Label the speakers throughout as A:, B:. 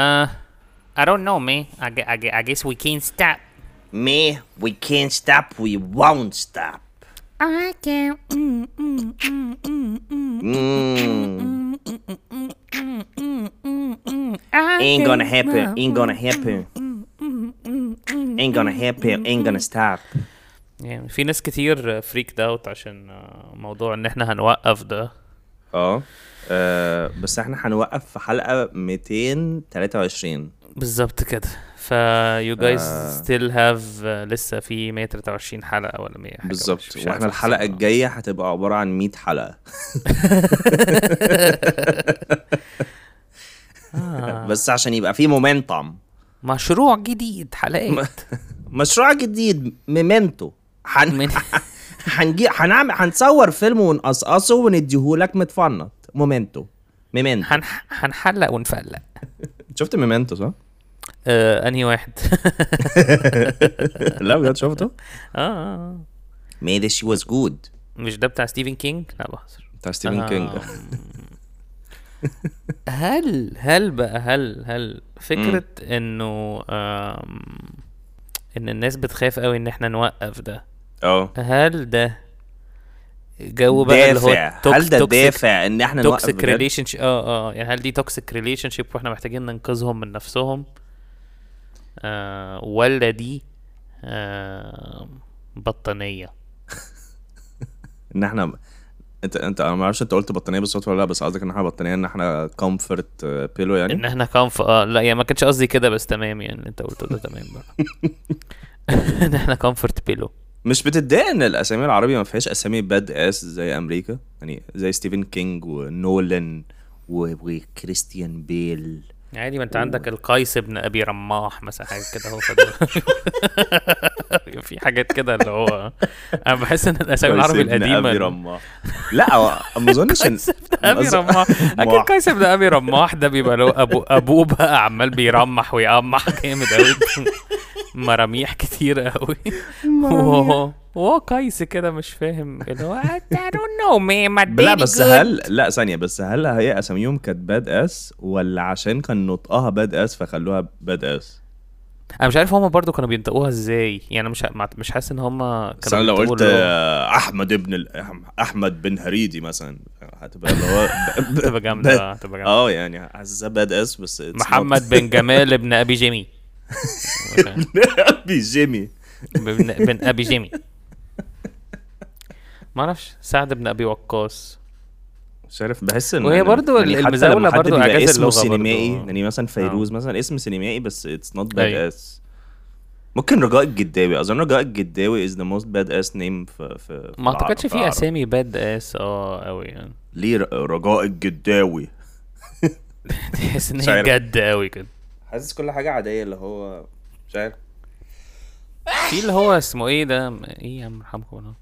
A: Uh, I don't know, man. I, gue- I, gue- I guess we can't stop.
B: Me, we can't stop, we won't stop.
C: I can't. Mm, mm, mm, mm, mm, I
B: Ain't gonna
C: can't-
B: happen, ain't gonna happen. Ain't gonna happen, ain't gonna stop.
A: يعني في ناس كتير فريك اوت عشان آه، موضوع ان احنا هنوقف ده
B: اه آه، بس احنا هنوقف في حلقة 223
A: بالظبط كده ف you guys still have آه، لسه في 123 حلقة ولا 100 حاجة مش-
B: بالظبط
A: مش عارف إيه
B: واحنا الحلقة
A: الصراحة.
B: الجاية هتبقى عبارة عن 100 حلقة بس عشان يبقى في مومنتم
A: مشروع جديد حلقات
B: مشروع جديد ميمنتو هن...
A: من-
B: هنجي هنعمل هنصور فيلم ونقصقصه ونديهولك متفنط مومنتو ميمنتو
A: هنح- هنحلق ونفلق
B: شفت ميمنتو صح؟
A: آه انهي واحد
B: لا بجد شفته؟
A: آه، اه
B: ميد شي واز جود
A: مش ده بتاع ستيفن كينج لا بهزر
B: بتاع ستيفن كينج
A: هل هل بقى هل هل فكرة انه آم، ان الناس بتخاف قوي ان احنا نوقف ده
B: اه
A: هل ده جو بقى اللي هو
B: دافع هل ده
A: توكسيك
B: دافع ان احنا نوقف
A: توكسيك
B: بجد؟
A: ريليشن شيب اه اه يعني هل دي توكسيك ريليشن شيب واحنا محتاجين ننقذهم من نفسهم آه ولا دي آه بطانية
B: ان احنا انت انت انا ما اعرفش انت قلت بطانيه بالصدفه ولا لا بس قصدك ان احنا بطانيه ان احنا كومفورت بيلو يعني
A: ان احنا كانف اه لا يعني ما كانش قصدي كده بس تمام يعني اللي انت قلته ده تمام بقى ان احنا كومفورت بيلو
B: مش بتتضايق ان الاسامي العربيه ما فيهاش اسامي باد اس زي امريكا يعني زي ستيفن كينج ونولان و- وكريستيان بيل
A: عادي ما انت عندك القيس ابن ابي رماح مثلا حاجه كده هو فدول. في حاجات كده اللي هو انا بحس ان الاسامي طيب، العربي
B: قيس ابن ابي
A: القديمه
B: رماح لا هو ما اظنش إن-
A: قيس ابن ابي
B: ما أظن-
A: رماح اكيد قيس ابن ابي رماح ده بيبقى له ابو ابوه بقى عمال بيرمح ويقمح جامد قوي مراميح كتير قوي وهو وهو قيس كده مش فاهم اللي هو I don't know man my
B: لا
A: daddy
B: بس
A: good.
B: هل لا ثانيه بس هل هي اساميهم كانت باد اس ولا عشان كان نطقها باد اس فخلوها باد اس
A: انا مش عارف هما برضو كانوا بينطقوها ازاي يعني مش ع- مش حاسس ان هما
B: بس انا لو
A: بينطقوا
B: قلت
A: اللي هو-
B: آه، احمد ابن ال- أح- احمد بن هريدي مثلا هتبقى اللي هو ب- ب-
A: هتبقى جامدة،
B: باد-
A: آه، هتبقى جامدة.
B: اه يعني عزة باد اس بس it's not-
A: محمد بن جمال ابن ابي جيمي
B: بي جيمي
A: ابن ابن ابي جيمي ما اعرفش سعد بن ابي وقاص
B: مش عارف بحس ان
A: وهي
B: إن-
A: برضو
B: يعني حتى
A: المزاولة
B: لما حد
A: برضو
B: بيبقى
A: إعجاز
B: اسمه
A: اللغة برضو. آه.
B: سينمائي يعني مثلا فيروز مثلا اسم سينمائي بس اتس نوت باد
A: أيوة.
B: اس ممكن رجاء الجداوي اظن رجاء الجداوي از ذا موست باد اس نيم في في
A: ما اعتقدش
B: العرب-
A: في اسامي باد اس اه قوي يعني
B: ليه ر- رجاء الجداوي
A: تحس ان
B: مش
A: هي
B: عارف.
A: جد قوي كده
B: حاسس كل حاجه عاديه اللي هو مش عارف
A: في اللي هو اسمه ايه ده ايه يا عم ارحمكم والله.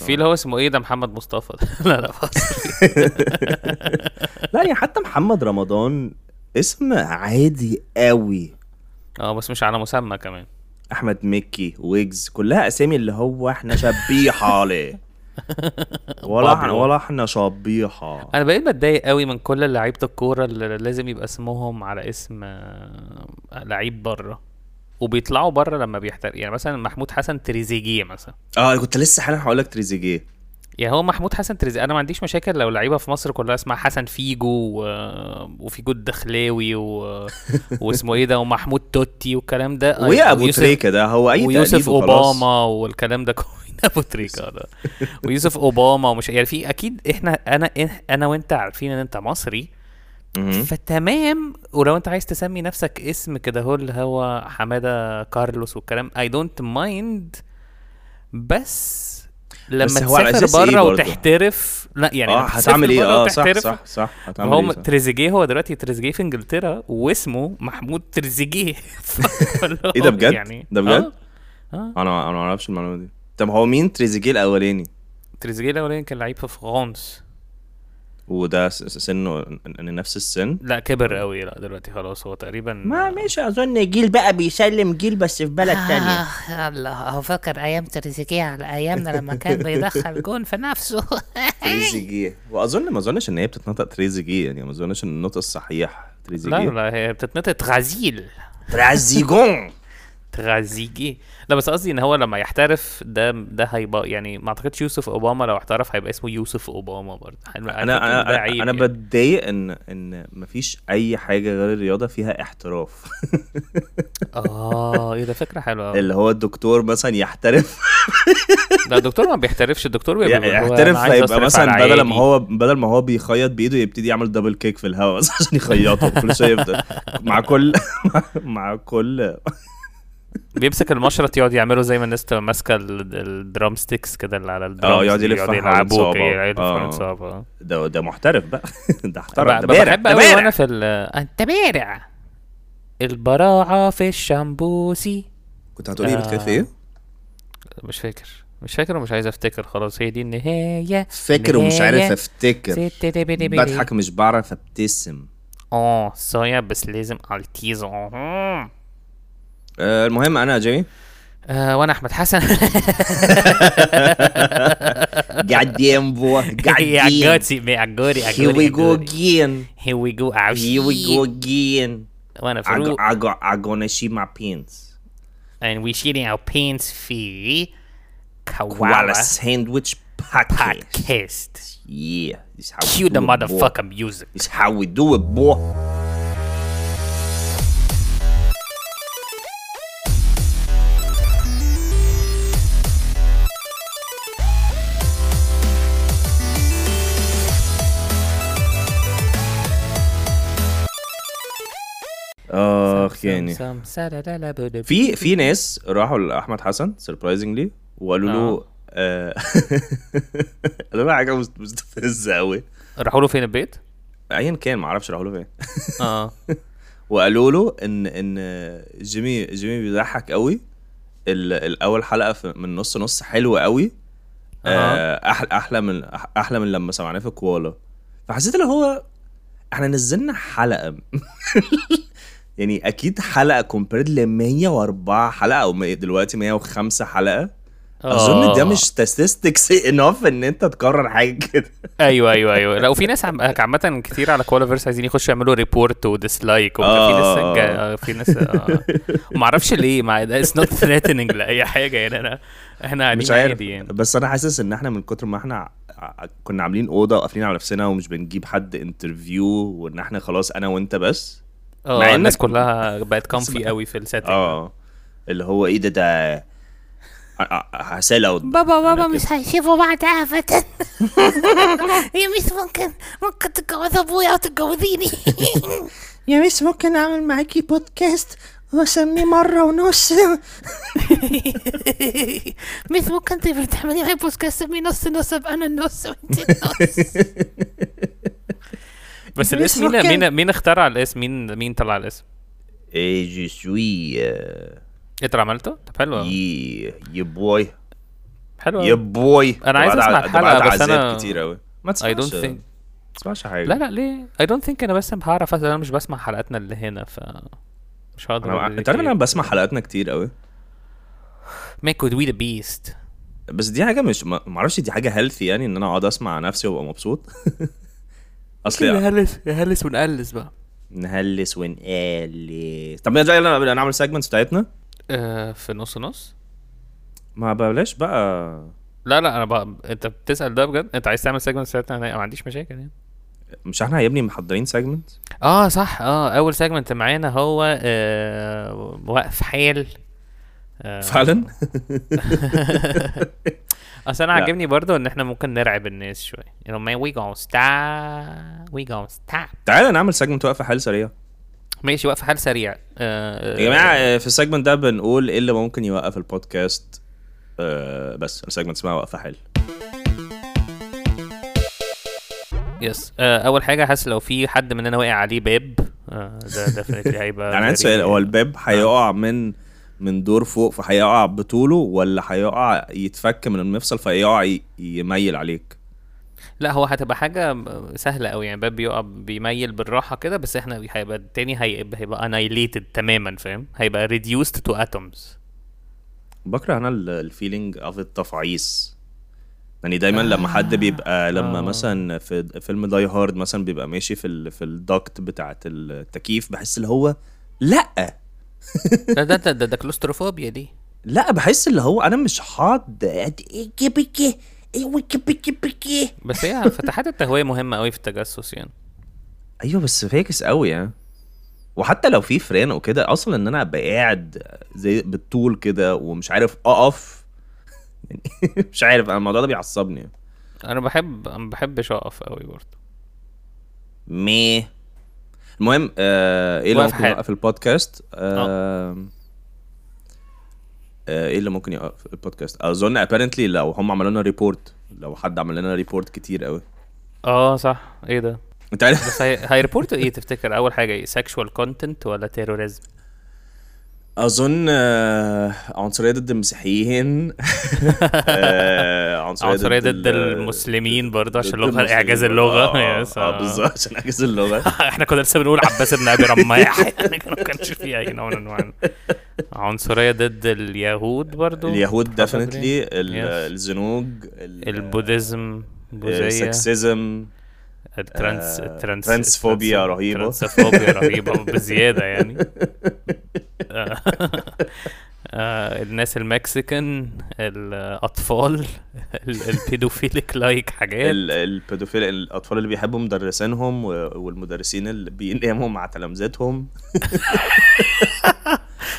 A: في اللي هو اسمه ايه ده محمد مصطفى ده. لا لا بهزر.
B: لا يعني حتى محمد رمضان اسم عادي قوي
A: اه بس مش على مسمى كمان
B: احمد مكي ويجز كلها اسامي اللي هو احنا شبيحه ليه ولا احنا
A: بابلو.
B: ولا احنا شبيحه
A: انا بقيت بتضايق قوي من كل لعيبه الكوره اللي لازم يبقى اسمهم على اسم آه، لعيب بره وبيطلعوا بره لما بيحترق يعني مثلا محمود حسن تريزيجيه مثلا
B: اه كنت لسه حالا هقول لك تريزيجيه
A: يعني هو محمود حسن تريزيجيه انا ما عنديش مشاكل لو لعيبه في مصر كلها اسمها حسن فيجو و... آه، وفيجو الدخلاوي و... آه، واسمه ايه ده ومحمود توتي والكلام ده آه،
B: ويا ابو
A: أيوة. ويوسف-
B: تريكه ده هو اي
A: ويوسف
B: تقليد وخلاص
A: اوباما والكلام ده كله ابو تريكه ده ويوسف اوباما ومش يعني في اكيد احنا انا انا وانت عارفين ان انت مصري
B: مهم.
A: فتمام ولو انت عايز تسمي نفسك اسم كده هو اللي هو حماده كارلوس والكلام اي دونت مايند بس لما
B: بس هو على أساس
A: تسافر
B: إيه
A: بره
B: برضه؟
A: وتحترف لا يعني
B: اه
A: لما تسافر
B: هتعمل ايه
A: بره
B: اه صح
A: وتحترف،
B: صح صح هتعمل
A: هو
B: ايه صح؟
A: تريزيجيه هو دلوقتي تريزيجيه في انجلترا واسمه محمود تريزيجيه فاللي هو
B: ايه ده بجد؟
A: يعني-
B: ده
A: آه.
B: بجد؟ انا انا ما اعرفش المعلومه دي طب هو مين تريزيجيه الاولاني
A: تريزيجيه الاولاني كان لعيب في فرنسا
B: وده س- س- سنه ن- نفس السن
A: لا كبر قوي لا دلوقتي خلاص هو تقريبا
B: ماشي اظن جيل بقى بيسلم جيل بس في بلد تانية
C: آه الله هو فاكر ايام تريزيجيه على ايامنا لما كان بيدخل جون في نفسه
A: إيه.
B: تريزيجيه واظن ما اظنش ان هي بتتنطق تريزيجيه يعني ما اظنش ان النطق الصحيح
A: لا
B: تريزيجيه
A: لا هي بتتنطق ترازيل
B: ترازيجون
A: ترازيجي لا بس قصدي ان هو لما يحترف ده ده هيبقى يعني ما اعتقدش يوسف اوباما لو اعترف هيبقى اسمه يوسف اوباما برضه
B: انا انا انا, أنا
A: يعني.
B: بتضايق ان ان مفيش اي حاجه غير الرياضه فيها احتراف
A: اه ايه ده فكره حلوه أوي.
B: اللي هو الدكتور مثلا يحترف
A: لا الدكتور ما بيحترفش الدكتور بيبقى هو أنا
B: يحترف
A: عايز
B: يعني هيبقى
A: أصرف
B: مثلا
A: على
B: بدل ما
A: عيني.
B: هو بدل ما هو بيخيط بايده يبتدي يعمل دبل كيك في الهواء بس عشان يخيطه كل شويه يفضل مع كل مع كل
A: بيمسك المشرط يقعد يعمله زي ما الناس تبقى ماسكه ال- الدرام ستيكس كده اللي على الدرام
B: آه، يقعد يلفها حوالين
A: يلعبوك
B: صوابعه.
A: يقعد يلف حوالين
B: آه.
A: صوابعه
B: ده ده محترف بقى ده احترف
A: ب-
B: ده بارع
A: بحب
B: ده
A: قوي وانا
B: بارع
A: في ال انت بارع البراعه في الشمبوسي
B: كنت هتقولي بتخاف ايه؟
A: مش فاكر مش فاكر ومش عايز افتكر خلاص هي دي النهايه
B: فاكر ومش عارف
A: نهاية.
B: افتكر
C: ست دبي دبي دبي.
B: بضحك مش بعرف ابتسم
A: اه صايع بس لازم التيزو آه،
B: آه، المهم انا يا جيمي
A: وانا احمد حسن
B: جاديم بو
A: يا جوتي يا جوري يا جوري يا جوري.
B: again
A: Here we go عاوز
B: again
A: وانا فاروق
B: I go, I gonna see my pants
A: and we shitting our pants في koala
B: sandwich podcast
A: podcast
B: yeah this how
A: cue the motherfucker music
B: this how we do it boy اخ يعني
C: سم سررلا بدب.
B: في في ناس راحوا لاحمد حسن سربرايزنجلي وقالوا له
A: آه.
B: آه، قالوا له حاجه مست- مستفزه قوي
A: راحوا له فين البيت؟
B: ايا كان ما اعرفش راحوا له فين
A: اه
B: وقالوا له ان ان جيمي جيمي بيضحك قوي ال- الاول حلقه في- من نص نص حلوه قوي آه، أح- احلى من أح- احلى من لما سمعناه في كوالا فحسيت اللي هو احنا نزلنا حلقه يعني اكيد حلقه كومبيرد ل 104 حلقه او م- دلوقتي 105 حلقه اظن ده
A: آه.
B: مش statistics انف ان انت تكرر حاجه كده
A: ايوه ايوه ايوه لا وفي ناس عم- عامه كتير على كوالا فيرس عايزين يخشوا يعملوا ريبورت وديسلايك وبتاع. في
B: آه.
A: ناس جا- آه، في ناس آه. وما اعرفش ليه ما اتس نوت ثريتنينج لاي حاجه يعني انا احنا
B: مش
A: قاعدين
B: عارف
A: عادي يعني
B: بس انا حاسس ان احنا من كتر ما احنا ع- كنا عاملين اوضه وقافلين على نفسنا ومش بنجيب حد انترفيو وان احنا خلاص انا وانت بس مع
A: اه
B: إنك-
A: الناس كلها بقت كومفي قوي في السيتنج
B: اه اللي هو ايه ده ده ع- ع- هسال اوت
C: بابا بابا مش هيشوفوا بعض ابدا يا مش ممكن ممكن تتجوز ابويا وتتجوزيني
D: يا ميس ممكن اعمل معاكي بودكاست واسميه مره ونص
C: مش ممكن تبقى تعملي معايا بودكاست من نص نص ابقى انا النص وانت النص
A: بس
D: مش
A: الاسم مين
D: ممكن.
A: مين مين اخترع الاسم مين مين طلع الاسم؟
B: ايه جي سوي آه،
A: انت اللي عملته؟ طب حلو أوي.
B: يي يي بوي
A: حلو
B: يا
A: أوي.
B: بوي
A: آه. أنا عايز
B: ده بعد-
A: أسمع
B: ده
A: الحلقة،
B: بعد
A: بس
B: عذاب
A: أنا-
B: كتير قوي ما
A: I don't
B: تسمعش
A: think
B: ما تسمعش حاجه
A: لا لا ليه؟ I don't think انا بس هعرف أصل انا مش بسمع حلقاتنا اللي هنا ف مش هقدر
B: أنا-
A: أقول
B: انت عارف إن
A: لك
B: انا
A: إيه.
B: بسمع حلقاتنا كتير قوي
A: make with we the beast
B: بس دي حاجه مش ما ما اعرفش دي حاجه هيلثي يعني ان انا اقعد اسمع نفسي وابقى مبسوط اصل
A: نهلس نهلس ونقلس بقى
B: نهلس ونقلس طب نرجع يلا نعمل السيجمنتس بتاعتنا
A: آه في نص نص
B: ما بلاش بقى
A: لا لا انا بقى انت بتسال ده بجد انت عايز تعمل سيجمنت بتاعتنا أنا ما عنديش مشاكل يعني
B: مش احنا يا ابني محضرين سيجمنت
A: اه صح اه اول سيجمنت معانا هو آه وقف حيل آه،
B: فعلا
A: اصل انا
B: لا.
A: عاجبني برضو ان احنا ممكن نرعب الناس شويه you know man we gonna stop we gonna stop
B: تعالى نعمل سيجمنت وقفه حل سريع
A: ماشي وقف حال سريع آه
B: يا جماعه آه، في السيجمنت ده بنقول ايه اللي ممكن يوقف البودكاست آه، بس السيجمنت اسمها وقفه حل
A: يس آه اول حاجه حاسس لو في حد مننا وقع عليه باب آه ده ديفنتلي هيبقى
B: انا يعني عندي
A: very-
B: سؤال هو الباب هيقع من من دور فوق فهيقع بطوله ولا هيقع يتفك من المفصل فيقع ي- يميل عليك
A: لا هو هتبقى حاجه سهله قوي يعني باب بيقع بيميل بالراحه كده بس احنا هيبقى التاني هيبقى هيبقى annihilated تماما فاهم هيبقى reduced to atoms
B: بكره انا الفيلينج اوف التفعيص يعني دايما لما حد بيبقى لما مثلا في د- فيلم داي هارد مثلا بيبقى ماشي في ال... في الدكت بتاعه التكييف بحس اللي هو لا
A: ده ده ده, ده, ده كلوستروفوبيا دي
B: لا بحس اللي هو انا مش حاض إيه جبكي؟ إيه وكبكي بكي؟
A: بس هي فتحات التهويه مهمه قوي في التجسس يعني
B: ايوه بس فاكس قوي يعني وحتى لو في فران وكده اصلا ان انا ابقى قاعد زي بالطول كده ومش عارف اقف مش عارف انا الموضوع ده بيعصبني
A: انا بحب انا ما بحبش اقف قوي برضه
B: مي المهم آه ايه اللي
A: واقف
B: ممكن
A: حال.
B: يوقف البودكاست آه آه ايه اللي ممكن يوقف البودكاست اظن ابارنتلي لو هم عملوا لنا ريبورت لو حد عمل لنا ريبورت كتير قوي
A: اه صح ايه ده
B: انت عارف
A: بس هي- هيريبورتوا ايه تفتكر اول حاجه ايه سكشوال كونتنت ولا تيروريزم
B: اظن آه، عنصريه ضد المسيحيين آه،
A: عنصريه ضد المسلمين برضه عشان
B: ضد
A: اللغه اعجاز
B: المسلمين.
A: اللغه
B: آه،
A: يس،
B: آه،
A: آه.
B: بالظبط عشان اعجاز اللغه
A: احنا كنا لسه بنقول عباس بن ابي رماح ما كانش فيه اي نوع من انواع عنصريه ضد اليهود برضو
B: اليهود
A: حسب
B: ديفنتلي
A: رأيي. Yes.
B: الزنوج
A: البوذيزم بوذية
B: السكسزم
A: الترانس
B: آه،
A: الترانس
B: ترانسفوبيا
A: الترانس-
B: رهيبة.
A: ترانسفوبيا رهيبه بزياده يعني آه، آه، الناس المكسيكان الاطفال ال- البيدوفيليك لايك حاجات
B: ال- البيدوفيل الاطفال اللي بيحبوا مدرسينهم و- والمدرسين اللي بيناموا مع تلامذتهم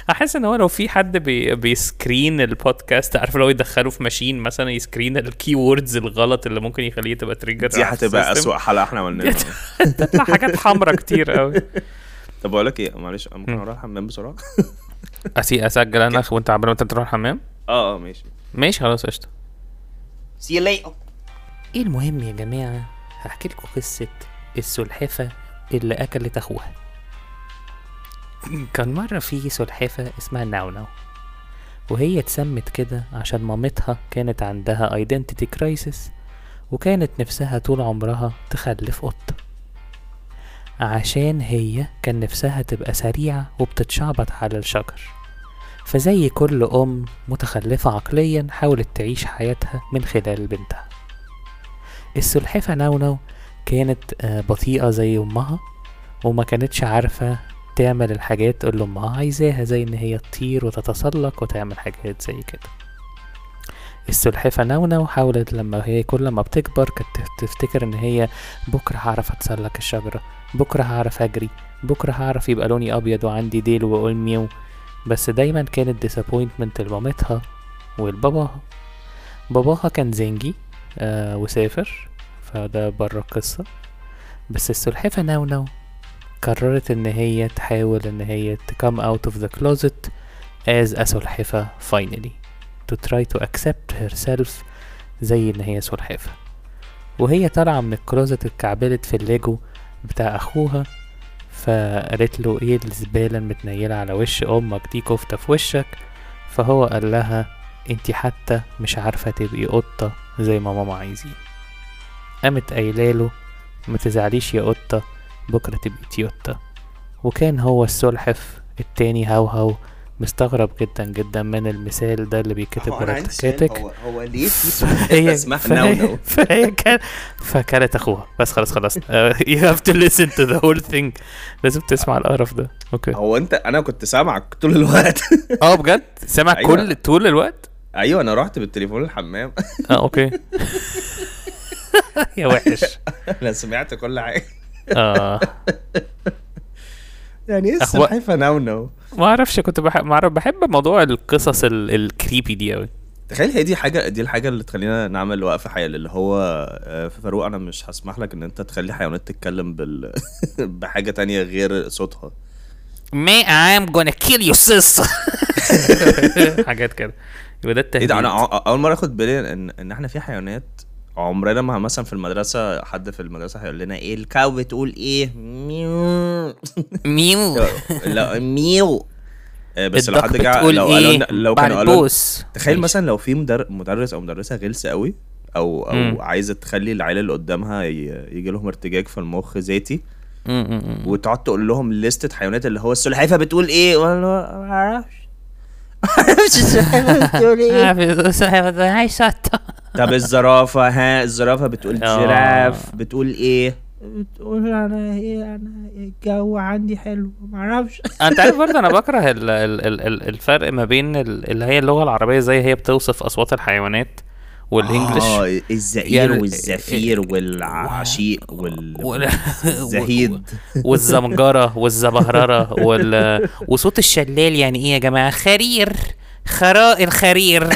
A: احس ان هو لو في حد بي بيسكرين البودكاست عارف لو يدخله في ماشين مثلا يسكرين الكي ووردز الغلط اللي ممكن يخليه تبقى تريجر
B: دي هتبقى اسوء حلقه احنا عملناها
A: تطلع حاجات حمرا كتير قوي
B: طب بقول لك ايه معلش أنا ممكن اروح الحمام بسرعه
A: اسي اسجل انا وانت عبال ما انت تروح الحمام
B: اه اه ماشي
A: ماشي خلاص قشطه
E: See you later.
A: ايه المهم يا جماعه هحكي لكم قصه السلحفه اللي اكلت اخوها كان مره في سلحفه اسمها ناوناو وهي اتسمت كده عشان مامتها كانت عندها ايدنتيتي كرايسيس وكانت نفسها طول عمرها تخلف قطه عشان هي كان نفسها تبقى سريعة وبتتشعبط على الشجر فزي كل أم متخلفة عقليا حاولت تعيش حياتها من خلال بنتها السلحفة نونو كانت آه، بطيئة زي أمها وما كانتش عارفة تعمل الحاجات اللي أمها عايزاها زي إن هي تطير وتتسلق وتعمل حاجات زي كده السلحفة نونو حاولت لما هي كل ما بتكبر كانت تف- تفتكر إن هي بكرة هعرف أتسلق الشجرة بكرة هعرف أجري بكرة هعرف يبقى لوني أبيض وعندي ديل وأقول ميو بس دايما كانت disappointment لمامتها ولباباها باباها كان زنجي آه وسافر فده بره القصة بس السلحفة نونو قررت إن هي تحاول إن هي تكم out of the closet as a سلحفة finally to try to accept herself زي إن هي سلحفة وهي طالعة من الكلوزت اتكعبلت في الليجو بتاع أخوها فقالت له ايه الزبالة المتنيلة على وش أمك دي كفتة في وشك فهو قال لها انتي حتى مش عارفة تبقي قطة زي ما ماما عايزين قامت قايلاله ما تزعليش يا قطة بكرة تبقي تيوتا وكان هو السلحف التاني هوهو مستغرب جدا جدا من المثال ده اللي بيتكتب
E: هو أنا
A: على
E: عندي سؤال،
A: التكاتك
E: هو- هو ليه في
A: هي
B: اسمها
A: فهي-
B: نونو.
A: فهي كان فكانت اخوها بس خلاص خلاص آه، يو هاف تو ليسن تو ذا هول ثينج لازم تسمع القرف ده اوكي
B: هو انت انا كنت سامعك طول الوقت
A: اه بجد سامع
B: أيوة.
A: كل طول الوقت
B: ايوه انا رحت بالتليفون الحمام
A: اه اوكي يا وحش
B: انا سمعت كل حاجه
A: اه
B: يعني ايه
A: أخوة-
B: السلحفه نونو
A: ما اعرفش كنت بحب ما اعرف بحب موضوع القصص ال- الكريبي دي قوي
B: تخيل هي دي حاجه دي الحاجه اللي تخلينا نعمل وقفه حيل اللي هو آه، فاروق انا مش هسمح لك ان انت تخلي حيوانات تتكلم بال... بحاجه تانية غير صوتها
A: مي I'm gonna kill you sis حاجات كده يبقى ده
B: ايه
A: التهديد
B: ده انا أو- اول مره اخد بالي ان ان احنا في حيوانات عمرنا ما مثلا في المدرسه حد في المدرسه هيقول لنا ايه الكاو بتقول ايه ميو
A: ميو
B: لا ميو آه، بس لو
A: الدك
B: حد جه
A: بتقول
B: لو
A: إيه؟
B: قالوا لو كانوا قالوا
A: بلبوس.
B: تخيل
A: ماشي.
B: مثلا لو في مدر... مدرس او مدرسه غلسه قوي او او
A: مم.
B: عايزه تخلي العيله اللي قدامها ي... يجي لهم ارتجاج في المخ ذاتي
A: م- م- م.
B: وتقعد تقول لهم لستة حيوانات اللي هو السلحفاه بتقول ايه وانا اللي هو ما اعرفش ما اعرفش السلحفاه بتقول ايه
A: عارف السلحفاة عايشة
B: طب الزرافه ها الزرافه بتقول
A: آه.
B: جراف بتقول ايه
D: بتقول انا ايه انا الجو عندي حلو معرفش
A: انت عارف برضه انا بكره ال ال ال ال الفرق ما بين ال- اللي هي اللغه العربيه زي هي بتوصف اصوات الحيوانات والانجليش
B: اه الزئير
A: يعني-
B: والزفير والعشيق
A: وال-
B: وال آه، زهيد
A: والزمجره والزبهرره وال... وصوت الشلال يعني ايه يا جماعه خرير خراء الخرير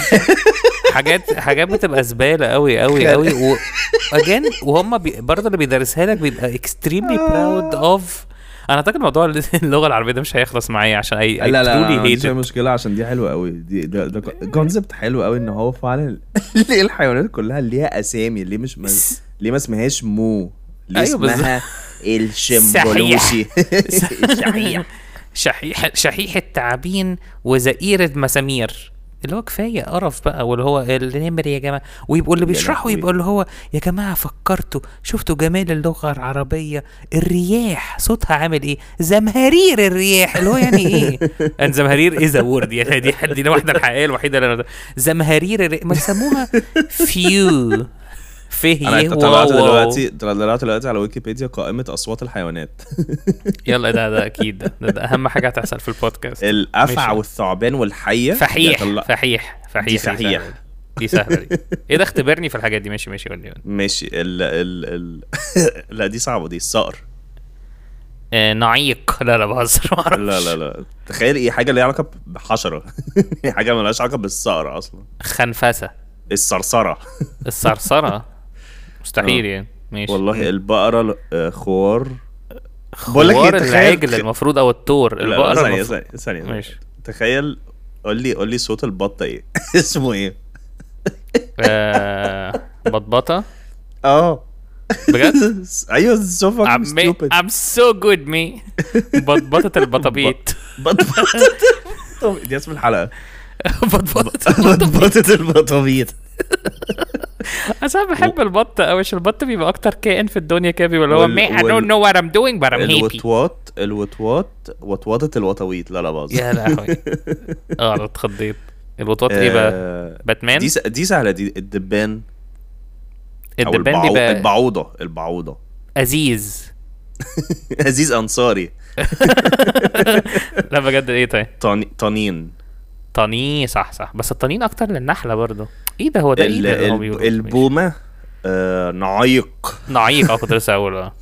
A: حاجات حاجات بتبقى زباله قوي قوي قوي و... again وهم بي... برضه اللي بيدرسها لك بيبقى extremely proud of انا اعتقد موضوع اللغه العربيه ده مش هيخلص معايا عشان اي
B: لا لا لا
A: truly
B: ما عنديش
A: hate
B: أي
A: it.
B: مشكله عشان دي حلوه قوي دي ده ده كونسبت حلو قوي ان هو فعلا ليه الحيوانات كلها ليها اسامي ليه مش ما ليه ما اسمهاش مو ليه
A: أيوة بالظبط.
B: اسمها الشمبولوسي الشحيح
A: شحيح شحيح التعابين وزئير المسامير اللي هو كفايه قرف بقى واللي هو النمر يا جماعه ويبقوا اللي
B: يا
A: بيشرحوا
B: لهوي.
A: يبقوا اللي هو يا جماعه فكرتوا شفتوا جمال اللغه العربيه الرياح صوتها عامل ايه زمهرير الرياح اللي هو يعني ايه ان زمهرير از وورد يعني دي دي الوحده الحقيقيه الوحيده اللي انا زمهرير الري... ما يسموها فيو فيه
B: انا
A: واو،
B: طلعت
A: إيه، واو.
B: دلوقتي طلعت دلوقتي على ويكيبيديا قائمه اصوات الحيوانات
A: يلا ده ده اكيد ده, ده, ده اهم حاجه هتحصل في البودكاست
B: الافع
A: ماشي.
B: والثعبان والحيه
A: فحيح
B: يطلع-
A: فحيح فحيح
B: دي فحيح.
A: سهلة دي. دي سهله دي ايه ده اختبرني في الحاجات دي ماشي ماشي قول لي قول لي.
B: ماشي ال ال ال لا دي صعبه دي الصقر
A: آه نعيق لا لا بهزر ما اعرفش
B: لا لا لا تخيل ايه حاجه ليها علاقه بحشره حاجه ملهاش علاقه بالصقر اصلا
A: خنفسه
B: الصرصره
A: الصرصره مستحيل يعني ماشي
B: آه. والله البقره ال- آه، خوار
A: بقول
B: بقول
A: لك
B: لك إيه، تخيل-
A: العجل المفروض او التور
B: لا، لا،
A: البقره
B: ثانيه
A: المفروض-
B: ثانيه ثانية، ثانيه
A: ماشي
B: تخيل قول لي قول لي صوت البطه ايه اسمه ايه
A: آه، بطبطه
B: اه
A: بجد
B: ايوه سو فاكينج
A: عمي
B: ستوبد
A: ام سو جود مي بطبطه البطبيط
B: بطبطه دي اسم الحلقه
A: بطبطه
B: بطبطه البطبيط
A: أصل انا بحب البط قوي عشان البط بيبقى اكتر كائن في الدنيا كده بيبقى اللي هو
B: وال-
A: مي I
B: وال-
A: don't know what I'm doing but I'm happy
B: الوتوات الوتوات وطوطه الوطويط لا لا باظ
A: يا لهوي اه انا اتخضيت الوطواط ايه بقى؟ باتمان
B: آه، دي س- دي سهله دي الدبان أو
A: الدبان
B: البعو-
A: بيبقى
B: البعوضه البعوضه
A: ازيز
B: عزيز انصاري
A: لا بجد ايه طيب؟
B: طني- طنين
A: طنين صح صح بس الطنين اكتر للنحله برضه ايه ده هو ده ايه
B: ال-
A: ده اللي هو
B: الب-
A: بيقوله؟
B: البومه آه نعيق
A: ماشي. نعيق اه كنت لسه هقول اه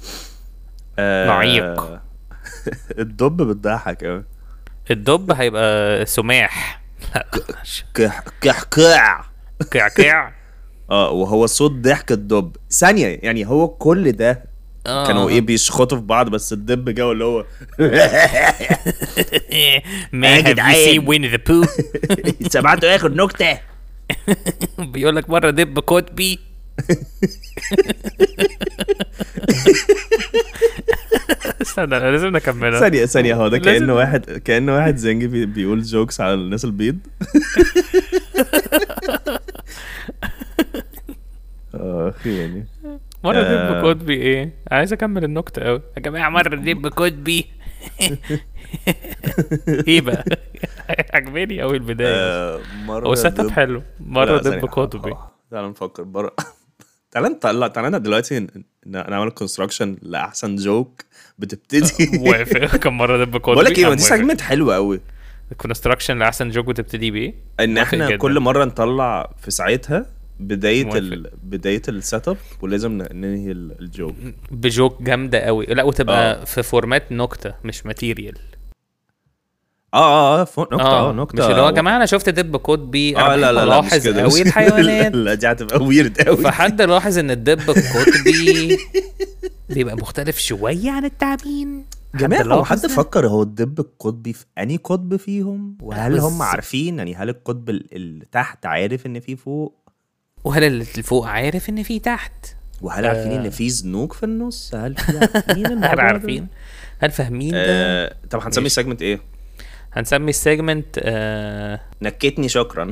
B: آه
A: نعيق.
B: الدب بتضحك قوي
A: الدب هيبقى سماح لا،
B: كح- كحكاع
A: كعكع
B: اه وهو صوت ضحك الدب ثانيه يعني هو كل ده
A: آه.
B: كانوا ايه بيشخطوا في بعض بس الدب جه اللي هو
A: ما هاف يو
B: إيه؟ آه، جدعان.
A: سي وين ذا بو
B: سمعتوا اخر نكته
A: بيقول لك مره دب كوتبي استنى أنا لازم نكملها
B: ثانيه ثانيه هو ده
A: لازم-
B: كانه واحد كانه واحد زنجي بي- بيقول جوكس على الناس البيض اخ يعني
A: مره دب
B: آه.
A: كوتبي ايه عايز اكمل النكته قوي يا جماعه مره دب كوتبي ايه بقى عجباني قوي البدايه
B: آه، مره
A: أيوة. هو سيت اب
B: دب-
A: حلو مره
B: لا،
A: دب
B: ثانية،
A: كوتبي
B: آه، تعال نفكر بره تعال نطلع تعال أنا دلوقتي ن- ن- نعمل كونستراكشن لاحسن جوك بتبتدي
A: آه، وافق كم مره دب كوتبي
B: بقول لك ايه ما
A: أنا
B: دي
A: موافق.
B: سيجمنت حلوه قوي
A: الكونستراكشن لاحسن جوك بتبتدي بايه
B: ان
A: موافق
B: احنا
A: جداً.
B: كل مره نطلع في ساعتها بدايه
A: موافق.
B: ال... بدايه السيت اب ولازم ن- ننهي ال- الجوك
A: بجوك جامده قوي لا وتبقى
B: آه.
A: في فورمات نكته مش ماتيريال
B: اه اه اه فو- نكته اه نكته
A: آه. مش اللي هو يا جماعه انا شفت دب كتبي انا
B: اه لا لا لا مش
A: لاحظ
B: كده،
A: قوي
B: مش-
A: الحيوانات
B: لا دي هتبقى ويرد قوي
A: فحد لاحظ ان الدب القطبي بيبقى مختلف شويه عن التعابين
B: جماعه هو
A: لاحظ
B: حد
A: ده؟
B: فكر هو الدب القطبي في انهي قطب فيهم وهل هم
A: بالظبط.
B: عارفين يعني هل القطب ال- اللي تحت عارف ان في فوق
A: وهل اللي فوق عارف ان في تحت
B: وهل عارفين ان في زنوق في النص هل في عارفين الموضوع
A: آه. هل
B: ده؟
A: عارفين هل فاهمين ده
B: آه، طب هنسمي
A: ماشي.
B: السيجمنت ايه
A: هنسمي السيجمنت آه،
B: نكتني شكرا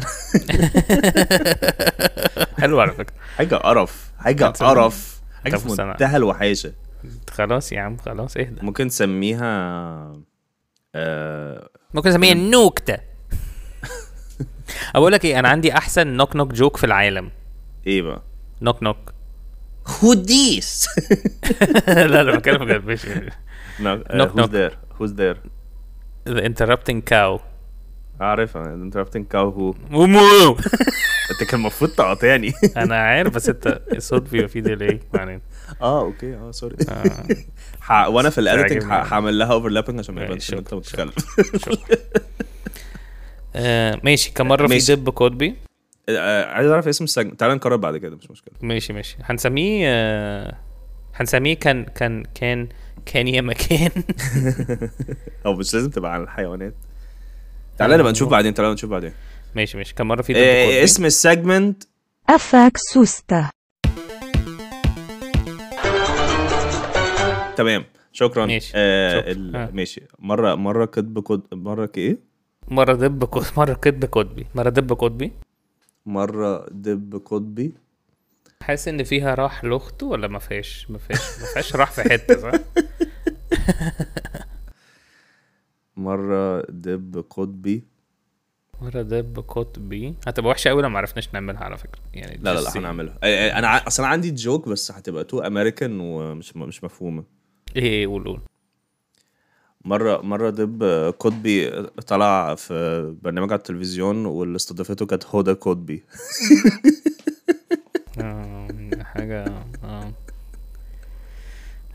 A: حلو على فكره
B: حاجه قرف حاجه
A: هنسمي-
B: قرف حاجه
A: طب
B: في
A: استنى.
B: منتهى الوحاشه
A: خلاص يا عم خلاص اهدى
B: ممكن نسميها آه،
A: ممكن نسميها إيه، النكته أقول لك ايه انا عندي احسن نوك نوك جوك في العالم
B: ايه بقى
A: نوك نوك
B: Who this?
A: لا لا بتكلم بجد مش
B: no, uh,
A: Knock,
B: who's
A: knock.
B: there? Who's there?
A: ذا انتربتنج كاو
B: عارفها interrupting cow who انت كان المفروض تقاطعني
A: انا عارف بس انت الصوت بيبقى فيه ديلي يعني
B: اه اوكي اه سوري
A: آه.
B: ح- وانا في الاديتنج
A: عاجبني.
B: هعمل لها اوفرلابنج عشان ما
A: يعني
B: يبانش ان انت
A: شكرا،
B: متخلف
A: آه ماشي كم مره في
B: ماشي.
A: دب كودبي
B: آه، عايز اعرف اسم السجن تعال نقرر بعد كده مش مشكله
A: ماشي ماشي هنسميه آه هنسميه كان كان كان كان يا مكان
B: او مش لازم تبقى عن الحيوانات تعالى نبقى نشوف بعدين تعالى نشوف بعدين
A: ماشي ماشي كم مره في دب
B: آه،
A: كودبي
B: اسم السجمنت
F: Afaxusta.
B: تمام شكرا
A: ماشي.
B: آه،
A: شكرا.
B: ال-
A: آه.
B: ماشي مره مره كدب كد مره ك- ايه
A: مره دب كود مره كدب كودبي مره دب كودبي
B: مره دب قطبي
A: حاسس ان فيها راح لاخته ولا ما فيهاش ما فيهاش ما فيهاش راح في حته صح
B: مره دب قطبي
A: مره دب كودبي هتبقى وحشه قوي لو ما عرفناش نعملها على فكره يعني
B: لا لا
A: just
B: لا
A: see.
B: هنعملها آه، آه، انا ع- اصلا عندي جوك بس هتبقى تو امريكان ومش مش مفهومه
A: ايه ايه قول قول
B: مرة مرة دب قطبي طلع في برنامج على التلفزيون واللي استضافته كانت هدى قطبي
A: آه، حاجه اه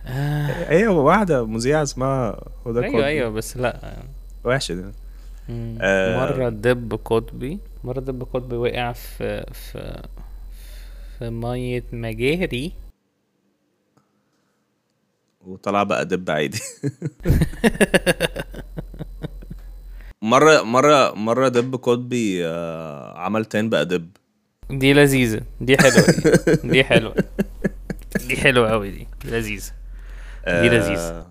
B: هي أيوة، واحدة مذيعة اسمها هدى قطبي
A: ايوه ايوه بس لا
B: وحشة دي
A: مم.
B: آه.
A: مره دب قطبي مره دب قطبي وقع في في في ميه مجاري
B: وطلع بقى دب عادي مرة مرة مرة دب قطبي آه، عمل تان بقى دب
A: دي لذيذه دي حلوه دي, دي حلوه دي حلوه قوي دي لذيذه
B: آه.
A: دي لذيذه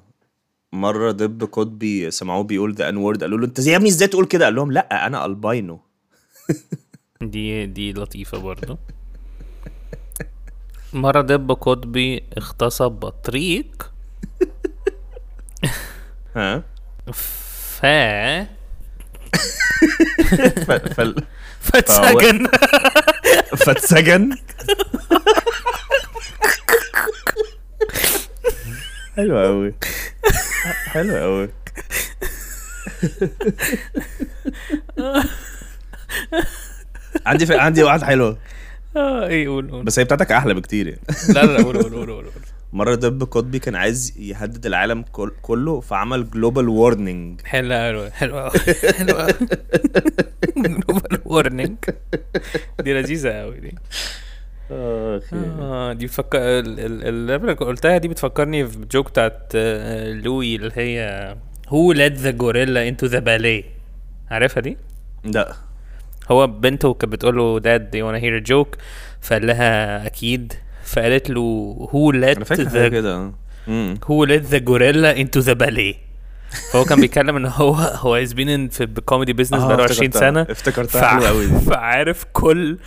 B: مرة دب قطبي سمعوه بيقول ذا ان وورد قالوا له انت يا ابني ازاي تقول كده؟ قال لهم لا انا الباينو
A: دي دي لطيفه برضو مره دب قطبي اغتصب بطريق
B: ها
A: ف
B: ف- فال-
A: فاتسجن
B: فاتسجن حلو قوي حلو قوي عندي في... عندي واحد حلو
A: اه ايه قول قول
B: بس هي بتاعتك احلى بكتير يعني
A: لا لا قول قول قول قول
B: مره دب قطبي كان عايز يهدد العالم كل... كله فعمل جلوبال وورنينج
A: حلوة حلوة حلوة أوي، حلوة أوي. جلوبال وورنينج دي لذيذة قوي دي اه دي بتفكر ال- ال- اللي قبل قلتها دي بتفكرني في جوك بتاعت آه، لوي اللي هي هو led the gorilla into the ballet عارفها دي؟
B: لا
A: هو بنته كانت بتقول له داد do you wanna hear a joke فقال لها اكيد فقالت له who led
B: انا فاكر حاجة
A: the
B: كده آه. مم.
A: who led the gorilla into the ballet فهو كان بيتكلم ان هو هو از بين في الكوميدي بيزنس
B: آه،
A: بقاله 20
B: افتكرتها.
A: سنه
B: افتكرتها
A: فع-
B: حلوة أوي دي.
A: فعارف كل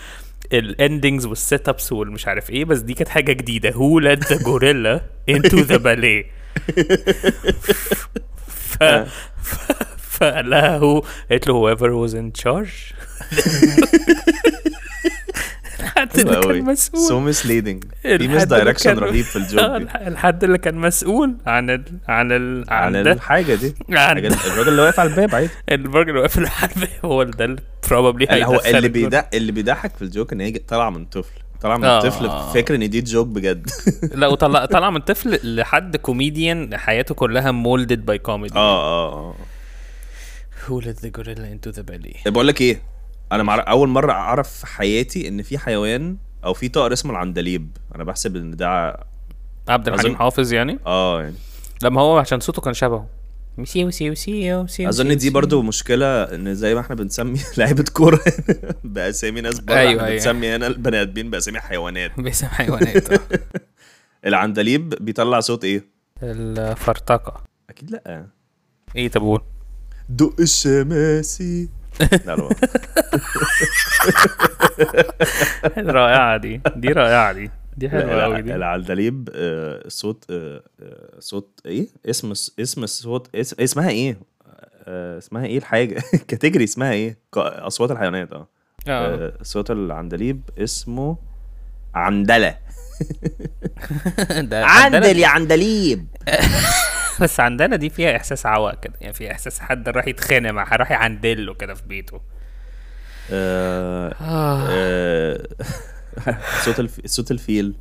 A: الاندنجز والسيت ابس والمش عارف ايه بس دي كانت حاجه جديده هو led the gorilla into the ballet ف
B: آه.
A: ف- فقال لها هو قالت له whoever was in charge الحد اللي
B: حلو
A: كان
B: قوي
A: مسؤول
B: سو مسليدنج
A: الحد
B: في مس
A: اللي
B: دايركشن
A: كان-
B: رهيب في
A: آه،
B: الجوب دي.
A: الح- الحد اللي كان مسؤول عن ال... عن ال... عن,
B: على
A: ده.
B: الحاجه دي
A: عن-
B: الراجل الراجل اللي واقف على الباب عادي
A: البرجر اللي واقف الحد هو ده اللي probably
B: لا هو
A: هيدخل
B: اللي
A: الجول.
B: بيضحك اللي بيضحك في الجوك ان هي ج- طالعه من طفل طالعه من
A: آه.
B: طفل فاكر ان دي جوك بجد
A: لا وطلع طلع من طفل لحد كوميديان حياته كلها مولدد باي كوميدي
B: اه اه
A: هو let the gorilla into the belly
B: اه بقول لك ايه انا معر... اول مره اعرف في حياتي ان في حيوان او في طائر اسمه العندليب انا بحسب ان ده
A: عبد الحليم
B: أظن-
A: حافظ يعني
B: اه يعني
A: لما هو عشان صوته كان شبهه سيو سيو سيو سيو
B: اظن دي برضو مشكله ان زي ما احنا بنسمي لعيبه كوره باسامي ناس بره
A: أيوة،
B: احنا
A: أيوة.
B: بنسمي هنا البني ادمين باسامي حيوانات
A: باسم حيوانات آه.
B: العندليب بيطلع صوت ايه؟
A: الفرطقه
B: اكيد لا إيه،
A: ايه طب قول
B: دق الشماسي لا لا
A: رائعه دي دي رائعه دي دي حلوه قوي
B: الع-
A: دي
B: العندليب آه، صوت آه، آه، صوت ايه اسم الس- اسم الصوت اس- اسمها ايه آه، اسمها ايه الحاجه إيه؟ آه. كاتيجري اسمها ايه ك- اصوات الحيوانات اه
A: آه.
B: آه، صوت العندليب اسمه عندلة
A: ده عندنا-
B: عندل يا عندليب
A: بس عندنا دي فيها احساس عواء كده يعني فيها احساس حد راح يتخانق مع راح يعندله كده في بيته
B: آه، آه، صوت الف... صوت الفيل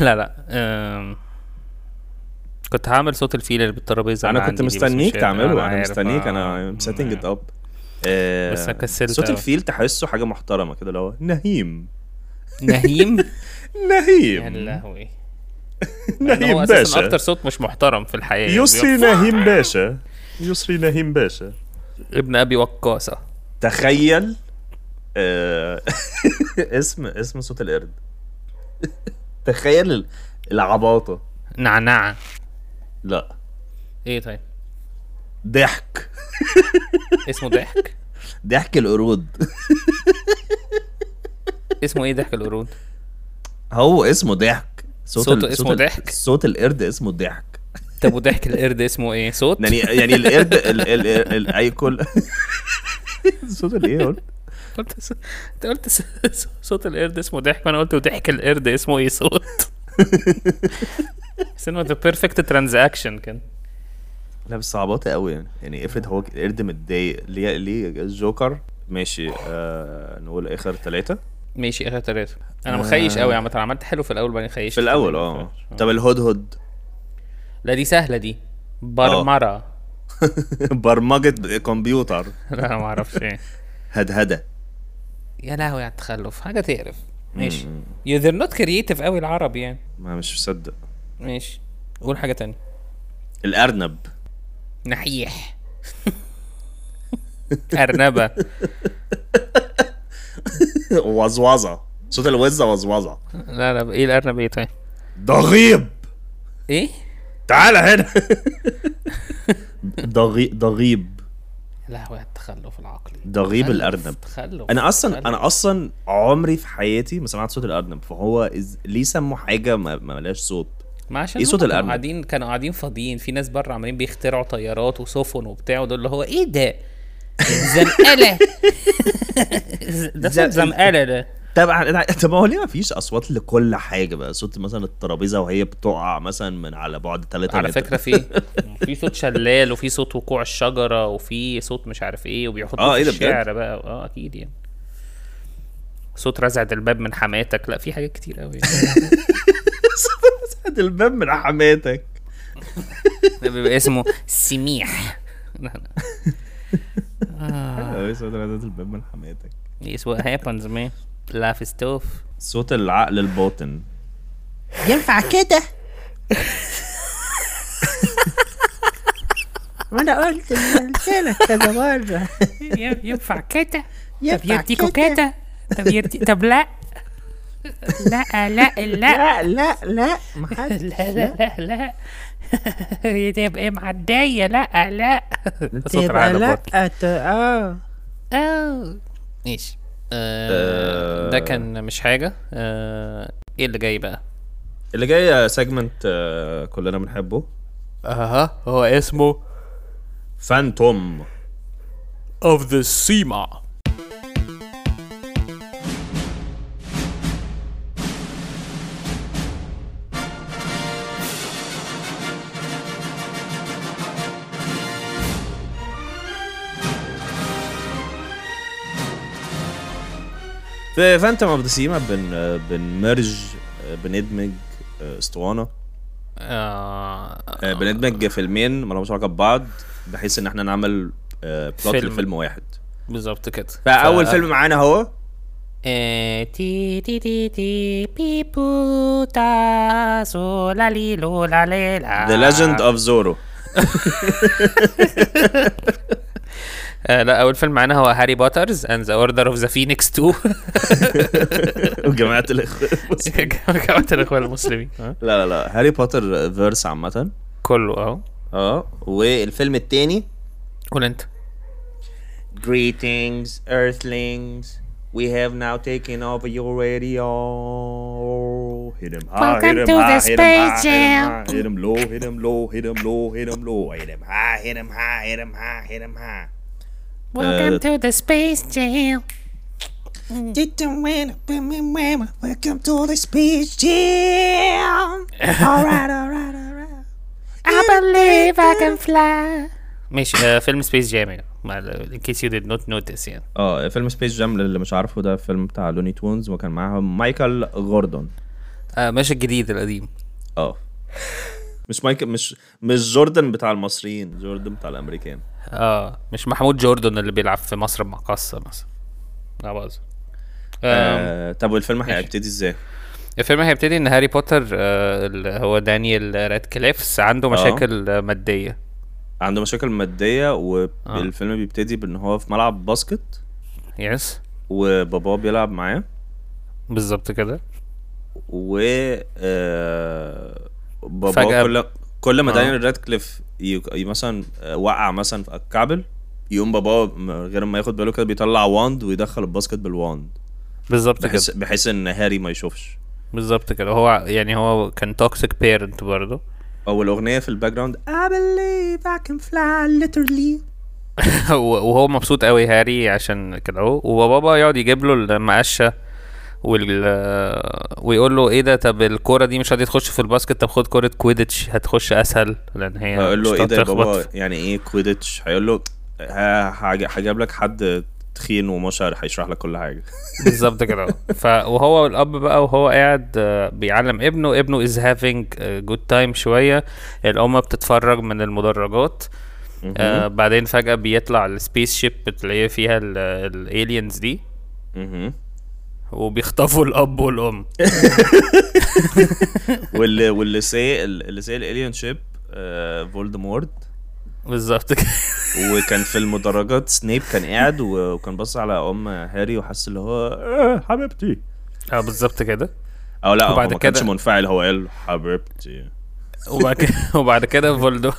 A: لا لا أم... كنت هعمل صوت الفيل اللي بالترابيزه
B: انا كنت
A: عندي دي، بس مش
B: مستنيك
A: قادر.
B: تعمله انا
A: عارف،
B: مستنيك
A: آه.
B: انا سيتنج ات اب
A: بس أنا كسلت
B: آه، صوت
A: أوي.
B: الفيل تحسه حاجه محترمه كده اللي هو نهيم
A: نهيم يا
B: نهيم
A: لهوي يعني هو
B: نهيم
A: اساسا
B: باشا
A: اكتر صوت مش محترم في الحياه يعني
B: يسري نهيم باشا يسري نهيم باشا
A: ابن ابي وقاصه
B: تخيل آه، اسم اسم صوت القرد تخيل ال- العباطه
A: نعنعه
B: لا
A: ايه طيب
B: ضحك
A: اسمه ضحك
B: ضحك القرود
A: اسمه ايه ضحك القرود
B: هو اسمه ضحك
A: صوته
B: ال-
A: اسمه
B: ال-
A: ضحك؟
B: صوت القرد اسمه ضحك
A: طب وضحك القرد اسمه ايه صوت
B: يعني يعني القرد ال ال ال ال اي كل صوت الايه قلت؟
A: قلت س- انت قلت س- س- صوت القرد اسمه ضحك وانا قلت وضحك القرد اسمه ايه صوت سينما ذا بيرفكت ترانزاكشن كان
B: لا بس صعبات قوي يعني يعني افرض هو القرد متضايق ليه ليه الجوكر ماشي آه نقول اخر ثلاثة
A: ماشي اخر ثلاثة انا مخيش قوي عامة عملت حلو في الاول بعدين خيشت
B: في الاول اه طب الهدهد
A: لا دي سهلة دي برمرة
B: برمجة كمبيوتر
A: لا ما اعرفش ايه
B: هدهدة
A: يا لهوي على التخلف حاجة تقرف ماشي يو ذير نوت كرييتيف قوي العرب يعني
B: ما مش مصدق
A: ماشي قول حاجة تانية
B: الارنب
A: نحيح أرنبة
B: وزوزة صوت الوزة وزوزة
A: لا لا ايه الأرنب ايه طيب
B: ضغيب
A: ايه
B: تعالى هنا ضغي ضغيب
A: لهوي على التخلف العقلي
B: ضغيب
A: تخلف-
B: الارنب
A: تخلف
B: انا اصلا
A: تخلف.
B: انا اصلا عمري في حياتي ما سمعت صوت الارنب فهو إز... ليه سموا حاجه ما ما ملهاش صوت
A: ما عشان
B: إيه صوت
A: هما كانوا
B: الأرنب؟
A: قاعدين كانوا قاعدين فاضيين في ناس بره عمالين بيخترعوا طيارات وسفن وبتاع ودول اللي هو ايه ده؟ زنقله ده صوت زنقله ده
B: طبعا إيه طب هو ليه ما فيش اصوات لكل حاجه بقى صوت مثلا الترابيزه وهي بتقع مثلا من على بعد 3
A: على فكره في في صوت شلال وفي صوت وقوع الشجره وفي صوت مش عارف ايه وبيحطوا
B: آه،
A: في
B: إيه ده بجد؟
A: الشعر بقى اه اكيد يعني صوت رزعة الباب من حماتك لا في حاجات كتير قوي
B: صوت الباب من حماتك
A: ده بيبقى اسمه سميح لا، لا.
B: أوي آه، صوت رزعة الباب من حماتك
A: It's what happens man laugh is tough
B: صوت العقل الباطن
D: ينفع كده ما انا قلت قلت لك كذا مره
C: ينفع كده طب
D: ينفع
C: يديكوا كده طب يدي طب لا لا لا لا
D: لا لا لا محدش
C: لا لا لا لا تبقى معدية لا لا
A: صوت
D: يبقى
A: العقل
D: لا
A: الباطن
D: أت- اه
C: أوه.
A: ماشي آه، ده كان مش حاجة آه، ايه اللي جاي بقى؟
B: اللي جاي سيجمنت كلنا بنحبه
A: اها هو اسمه
B: فانتوم
A: of the Sima
B: في فانتوم اوف ذا سيما بن آه، بنمرج آه، بندمج آه، اسطوانه
A: آه،
B: آه، بندمج فيلمين مالهمش علاقه ببعض بحيث ان احنا نعمل بلوت
A: فيلم.
B: لفيلم واحد
A: بالظبط كده
B: فاول فيلم معانا هو
A: آه، تي تي تي تي
C: بيبو تاسو لا لي لو لا لي
B: ذا
C: لا
B: ليجند اوف زورو
A: آه، لا اول فيلم معانا هو هاري بوترز اند ذا اوردر اوف ذا فينيكس 2
B: وجماعه الاخوه
A: جامعة الاخوان المسلمين
B: لا لا لا هاري بوتر فيرس عامه
A: كله اهو
B: اه والفيلم التاني
A: قول انت
E: Greetings, Earthlings. We have now taken over your radio.
B: hit him high, hit
C: Welcome
B: him
C: to
B: high,
C: the
B: hit him high,
C: Space
B: hit him
C: Jam.
B: high, hit him low, hit him low, hit him low, hit him low, hit him high.
E: I hit him
B: آه.
E: high, hit him high, hit him high.
C: Welcome to the space jam
D: Welcome to the speech jam. All right, all right, all right.
C: I believe I can fly
A: ماشي آه، فيلم سبيس جام يعني ان كيس يو ديد نوت نوتس يعني
B: اه فيلم سبيس جام اللي مش عارفه ده فيلم بتاع لوني تونز وكان معاها مايكل غوردون
A: آه مش الجديد القديم
B: اه مش مايكل مش مش جوردن بتاع المصريين جوردن بتاع الامريكان
A: اه مش محمود جوردن اللي بيلعب في مصر بمقصه مثلا لا بهزر آه
B: آه طب والفيلم هيبتدي ازاي؟
A: الفيلم هيبتدي ان هاري بوتر آه اللي هو دانيال رادكليفس عنده مشاكل آه. ماديه
B: عنده مشاكل ماديه
A: آه.
B: والفيلم بيبتدي بان هو في ملعب باسكت
A: يس
B: وباباه بيلعب معاه
A: بالظبط كده
B: و آه،
A: فجأة-
B: باباه كل كل ما
A: آه.
B: دانيال رادكليف ي- ي- مثلا آه، وقع مثلا في الكعبل يقوم باباه م- غير ما ياخد باله كده بيطلع واند ويدخل الباسكت بالواند
A: بالظبط كده
B: بحيث بحيث ان هاري ما يشوفش
A: بالظبط كده هو يعني هو كان توكسيك بيرنت برضه
B: او الاغنيه في الباك جراوند
D: I believe I can fly literally.
A: و- وهو مبسوط قوي هاري عشان كده اهو وبابا يقعد يجيب له المقشه وال ويقول له ايه ده طب الكوره دي مش هتخش في الباسكت طب خد كوره كويديتش هتخش اسهل لان هي
B: هقول له
A: يعني مش
B: ايه ده يا بابا
A: هتخبط.
B: يعني ايه كويديتش هيقول له ها- هج- هجيب لك حد تخين ومشهر هيشرح لك كل حاجه
A: بالظبط كده اهو. ف وهو الاب بقى وهو قاعد آه، بيعلم ابنه ابنه آه، از هافينج جود تايم شويه الام بتتفرج من المدرجات آه بعدين فجاه بيطلع السبيس شيب بتلاقيه فيها الالينز دي
B: مهم.
A: وبيخطفوا الاب والام
B: واللي واللي سايق اللي سايق الالين شيب فولدمورت
A: بالظبط كده
B: وكان في المدرجات سنيب كان قاعد و- وكان بص على ام هاري وحس اللي هو "آه، حبيبتي
A: اه بالظبط كده
B: او لا هو
A: وبعد
B: ما كانش
A: كده-
B: منفعل هو قال حبيبتي
A: وبعد كده وبعد كده فولدو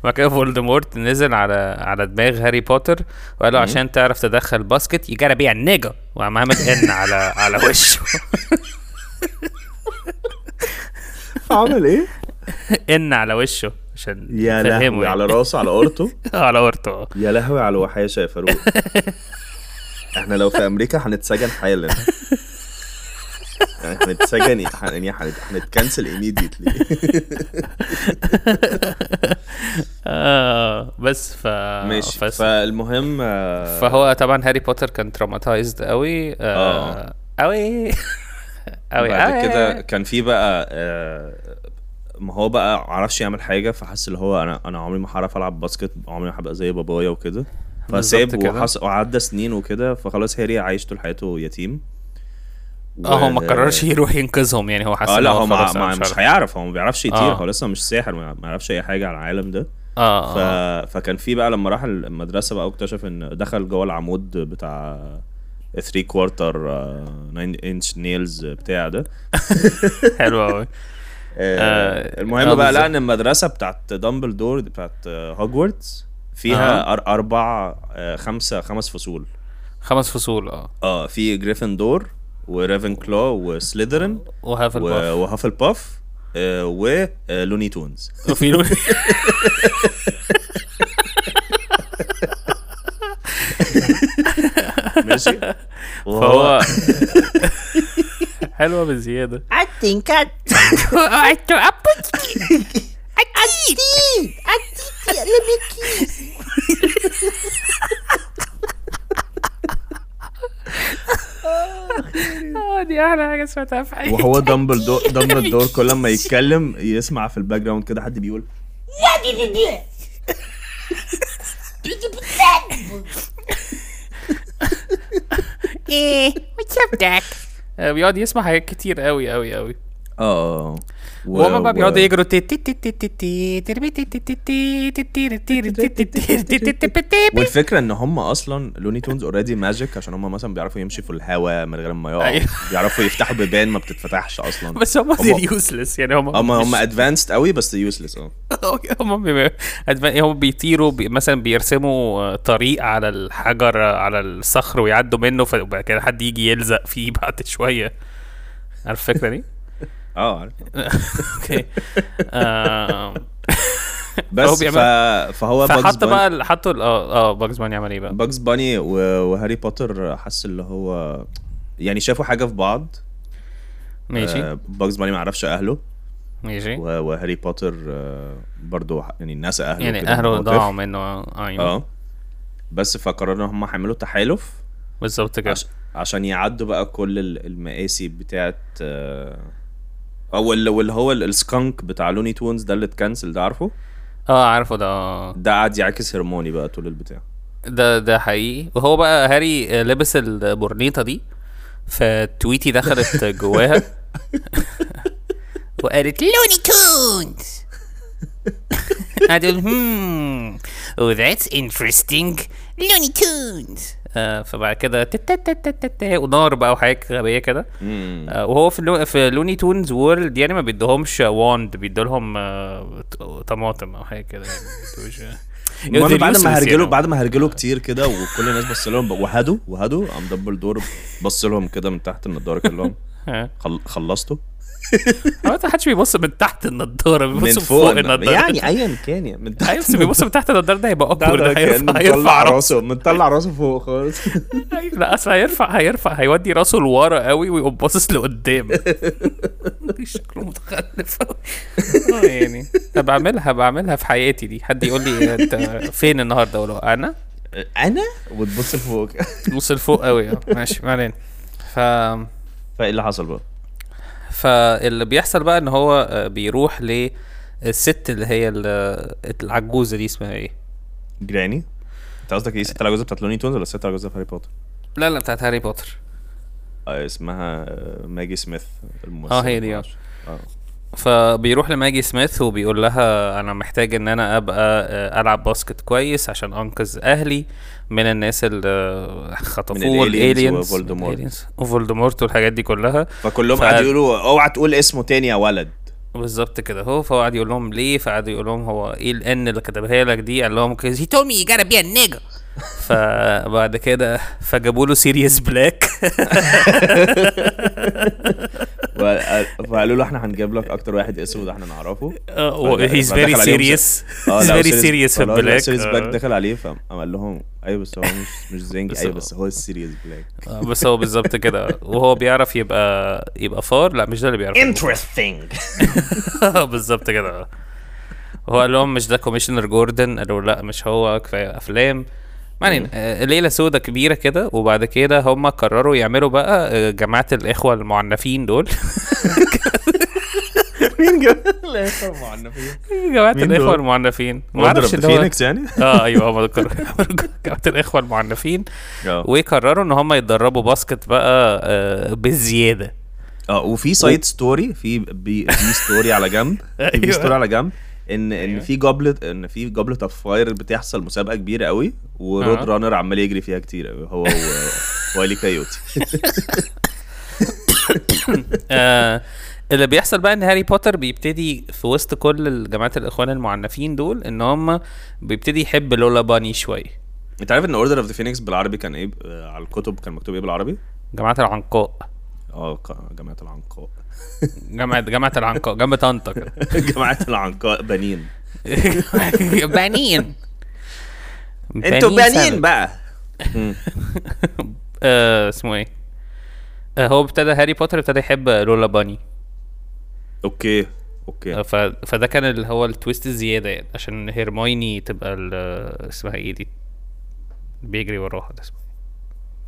A: وبعد كده فولدمورت نزل على على دماغ هاري بوتر وقال له عشان تعرف تدخل باسكت يو جاتا بي ا نيجا وقام عامل ان على على وشه
B: عمل ايه؟
A: ان على وشه عشان
B: يا
A: يفهمه
B: لهوي على
A: يعني.
B: راسه على اورته
A: على ورطه
B: يا لهوي على وحيشه يا فاروق احنا لو في امريكا هنتسجن حالا يعني هنتسجن يعني هنت- هنتكنسل ايميديتلي
A: اه بس ف
B: ماشي
A: فس-
B: فالمهم آه،
A: فهو طبعا هاري بوتر كان تروماتايزد قوي آه
B: آه.
A: قوي قوي
B: بعد
A: آه.
B: كده كان في بقى آه، ما هو بقى معرفش يعمل حاجه فحس اللي هو انا انا عمري ما هعرف العب باسكت عمري ما هبقى زي بابايا وكده فساب
A: بالظبط كده.
B: وحس وعدى سنين وكده فخلاص هاري عايش طول حياته يتيم و-
A: اه هو ما قررش يروح ينقذهم يعني هو حاسس
B: اه
A: إن
B: لا هو مع
A: خلاص أنا
B: مع مش
A: عارف.
B: هيعرف هو ما بيعرفش يطير
A: آه.
B: هو لسه مش ساحر ما ما يعرفش اي حاجه على العالم ده
A: اه
B: ف...
A: ف...
B: فكان في بقى لما راح المدرسه بقى واكتشف ان دخل جوه العمود بتاع آه، 3 كوارتر 9 انش نيلز بتاع ده
A: حلو قوي آه،
B: آه المهم
A: آه،
B: آه بقى
A: بالظبط.
B: لقى ان المدرسه بتاعت دامبلدور بتاعت آه، هوجورتس فيها آه. اربع آه خمسه خمس فصول
A: خمس فصول اه
B: اه في جريفندور وريفن كلو وسليذرن
A: وهاف الباف
B: وهافل باف آه، ولوني تونز
A: وفي لون
B: ماشي
A: فهو
B: وهو
A: حلوه بزياده
D: I think I
C: وقعدت أبوتي
D: did. I did. it. Let me kiss.
A: اه دي احلى حاجه سمعتها في حياتي
B: وهو دامبلدور دامبلدور كل ما يتكلم يسمع في الباك جراوند كده حد بيقول
C: إيه واتس أب داك
A: آه، بيقعد يسمع حاجات كتير قوي قوي قوي
B: اه و-
A: وهما بقى
B: و-
A: بيقعدوا يجروا تي- تي- تي- تي- تي- تي- تربي- تي- تي- تي- تي- تي- تي- تي- تي- تي- تي- تي- تي- تي- تي-
B: والفكره ان هم اصلا لوني تونز اوريدي ماجيك عشان هم مثلا بيعرفوا يمشوا في الهواء من غير ما يقعوا
A: أيوة.
B: بيعرفوا يفتحوا بيبان ما بتتفتحش اصلا
A: بس هما
B: هم-
A: يوسلس يعني هما
B: هم هم
A: مش-
B: ادفانسد قوي بس يوسلس اه
A: هم بي- أدفان- هم بيطيروا بي مثلا بيرسموا آه، طريق على الحجر آه، على الصخر ويعدوا منه ف- وبعد كده حد يجي يلزق فيه بعد شويه عارف
B: آه،
A: الفكره دي؟
B: اه عارف
A: اوكي آم، فهو
B: بس ف...
A: آه، بيعمل-
B: فهو باجز
A: فحط
B: باني
A: بقى ال- حطوا ال- اه اه باجز باني عمل ايه بقى؟
B: باجز باني و... وهاري بوتر حس اللي هو يعني شافوا حاجه في بعض
A: ماشي
B: آه، باجز باني ما عرفش اهله
A: ماشي
B: و- وهاري بوتر آه، برضو ح- يعني الناس اهله
A: يعني
B: كده
A: اهله
B: وهو
A: ضاعوا
B: طفل.
A: منه آه، ايوه
B: اه بس فقرروا ان هم هيعملوا تحالف
A: بالظبط كده
B: عش... عشان يعدوا بقى كل ال- المقاسي بتاعت آه، او ال- واللي هو ال- السكانك بتاع لوني تونز ده اللي اتكنسل ده عارفه
A: اه عارفه ده آه.
B: ده قعد يعاكس هرموني بقى طول البتاع
A: ده ده حقيقي وهو بقى هاري آه، لابس البورنيطه دي فتويتي دخلت جواها وقالت لوني تونز هتقول هم oh that's interesting لوني تونز آه فبعد كده تتتتتت ونار بقى وحاجات غبيه كده
B: مم.
A: آه، وهو في اللو... في لوني تونز وورلد يعني ما بيدهمش واند بيدولهم آه، ط- طماطم او حاجه كده يعني ما بيدوش-
B: المهم بعد
A: useless
B: ما هرجله
A: يعني.
B: بعد ما هرجله كتير كده وكل الناس بص لهم ب- وهدوا وهدوا قام دبل دور بص لهم كده من تحت النضاره كلهم
A: ها.
B: خل... خلصتوا
A: هو ما حدش بيبص من تحت النضاره بيبص
B: من
A: من فوق
B: فوق
A: النضاره
B: يعني ايا كان يعني من
A: ايوه بس بيبص من تحت النضاره ده هيبقى اوكورد
B: ده كان
A: هيرفع هيرفع
B: مطلع
A: راسه
B: راسه مطلع راسه فوق خالص
A: أيوة، لا اصل هيرفع هيرفع هيودي راسه لورا قوي ويقوم باصص لقدام شكله متخلف أوي. اه يعني أنا بعملها بعملها في حياتي دي حد يقول لي انت فين النهارده اقول له انا
B: انا وتبص لفوق
A: نوصل فوق قوي اه ماشي ما علينا ف
B: فايه اللي حصل بقى؟
A: فاللي بيحصل بقى ان هو آه، بيروح للست اللي هي ال- العجوزه دي اسمها ايه؟
B: جراني انت قصدك ايه الست العجوزه بتاعت لوني تونز ولا الست العجوزه في هاري بوتر؟
A: لا لا بتاعت هاري بوتر
B: آه، اسمها آه، ماجي سميث الممثله
A: اه هي دي اه
B: معرفش. اه
A: فبيروح لماجي سميث وبيقول لها انا محتاج ان انا ابقى آه، العب باسكت كويس عشان انقذ اهلي من الناس اللي آه، خطفوه
B: من ال aliens
A: الالينز
B: وفولدمورت.
A: وفولدمورت والحاجات دي كلها
B: فكلهم
A: ف-
B: قعدوا يقولوا اوعى تقول اسمه تاني يا ولد
A: بالظبط كده هو فهو قعد يقول لهم ليه فقعد يقول لهم هو ايه الان اللي كتبها لك دي قال لهم كيزي تومي يو جاتا بي نيجا فبعد كده فجابوا له سيريس بلاك
B: وقال- آه، فقالوا له احنا هنجيب لك اكتر واحد اسود احنا نعرفه
A: هيز فيري سيريس
B: آه،
A: هيز فيري سيريس في البلاك
B: سيريس
A: آه.
B: باك دخل عليه فقام قال لهم ايوه بس هو مش مش زنج ايوه بس هو السيريس بلاك
A: آه، بس هو بالظبط كده وهو بيعرف يبقى يبقى فار لا مش ده اللي بيعرف
E: Interesting.
A: آه، بالظبط كده هو قال لهم مش ده كوميشنر جوردن قالوا لا مش هو كفايه افلام ما علينا آه، ليله سودا كبيره كده وبعد كده هم قرروا يعملوا بقى آه، جماعه الاخوه المعنفين دول مين جماعه
B: مين
A: الاخوه
B: دول؟
A: المعنفين ما
B: مضرب
A: اعرفش اللي هو-
B: فينيكس يعني
A: اه ايوه هم قرروا يعملوا جماعه الاخوه المعنفين آه.
B: اه.
A: وقرروا ان هم يتدربوا باسكت بقى آه، بزياده
B: اه وفي سايد ستوري في بي بي ستوري على جنب في
A: أيوة.
B: بي ستوري على جنب ان ان في جابلت ان في جابلت اوف فاير بتحصل مسابقه كبيره قوي ورود
A: اه.
B: رانر عمال يجري فيها كتير قوي هو و- وايلي كايوتي
A: آه، اللي بيحصل بقى ان هاري بوتر بيبتدي في وسط كل الجماعات الاخوان المعنفين دول ان هم بيبتدي يحب لولا باني شويه
B: انت عارف ان اوردر اوف ذا فينيكس بالعربي كان ايه ب- آه، على الكتب كان مكتوب ايه بالعربي؟
A: جماعه العنقاء
B: اه ق- جماعه العنقاء
A: جماعه جماعه العنقاء جنب طنطا كده
B: جماعه العنقاء بنين
A: بنين
B: انتوا بنين
A: سند.
B: بقى
A: آه، اسمه ايه آه، هو ابتدى هاري بوتر ابتدى يحب لولا باني
B: اوكي اوكي
A: ف... فده كان اللي هو التويست الزياده يعني عشان هيرمايني تبقى ال... اسمها ايه دي بيجري وراها ده اسمه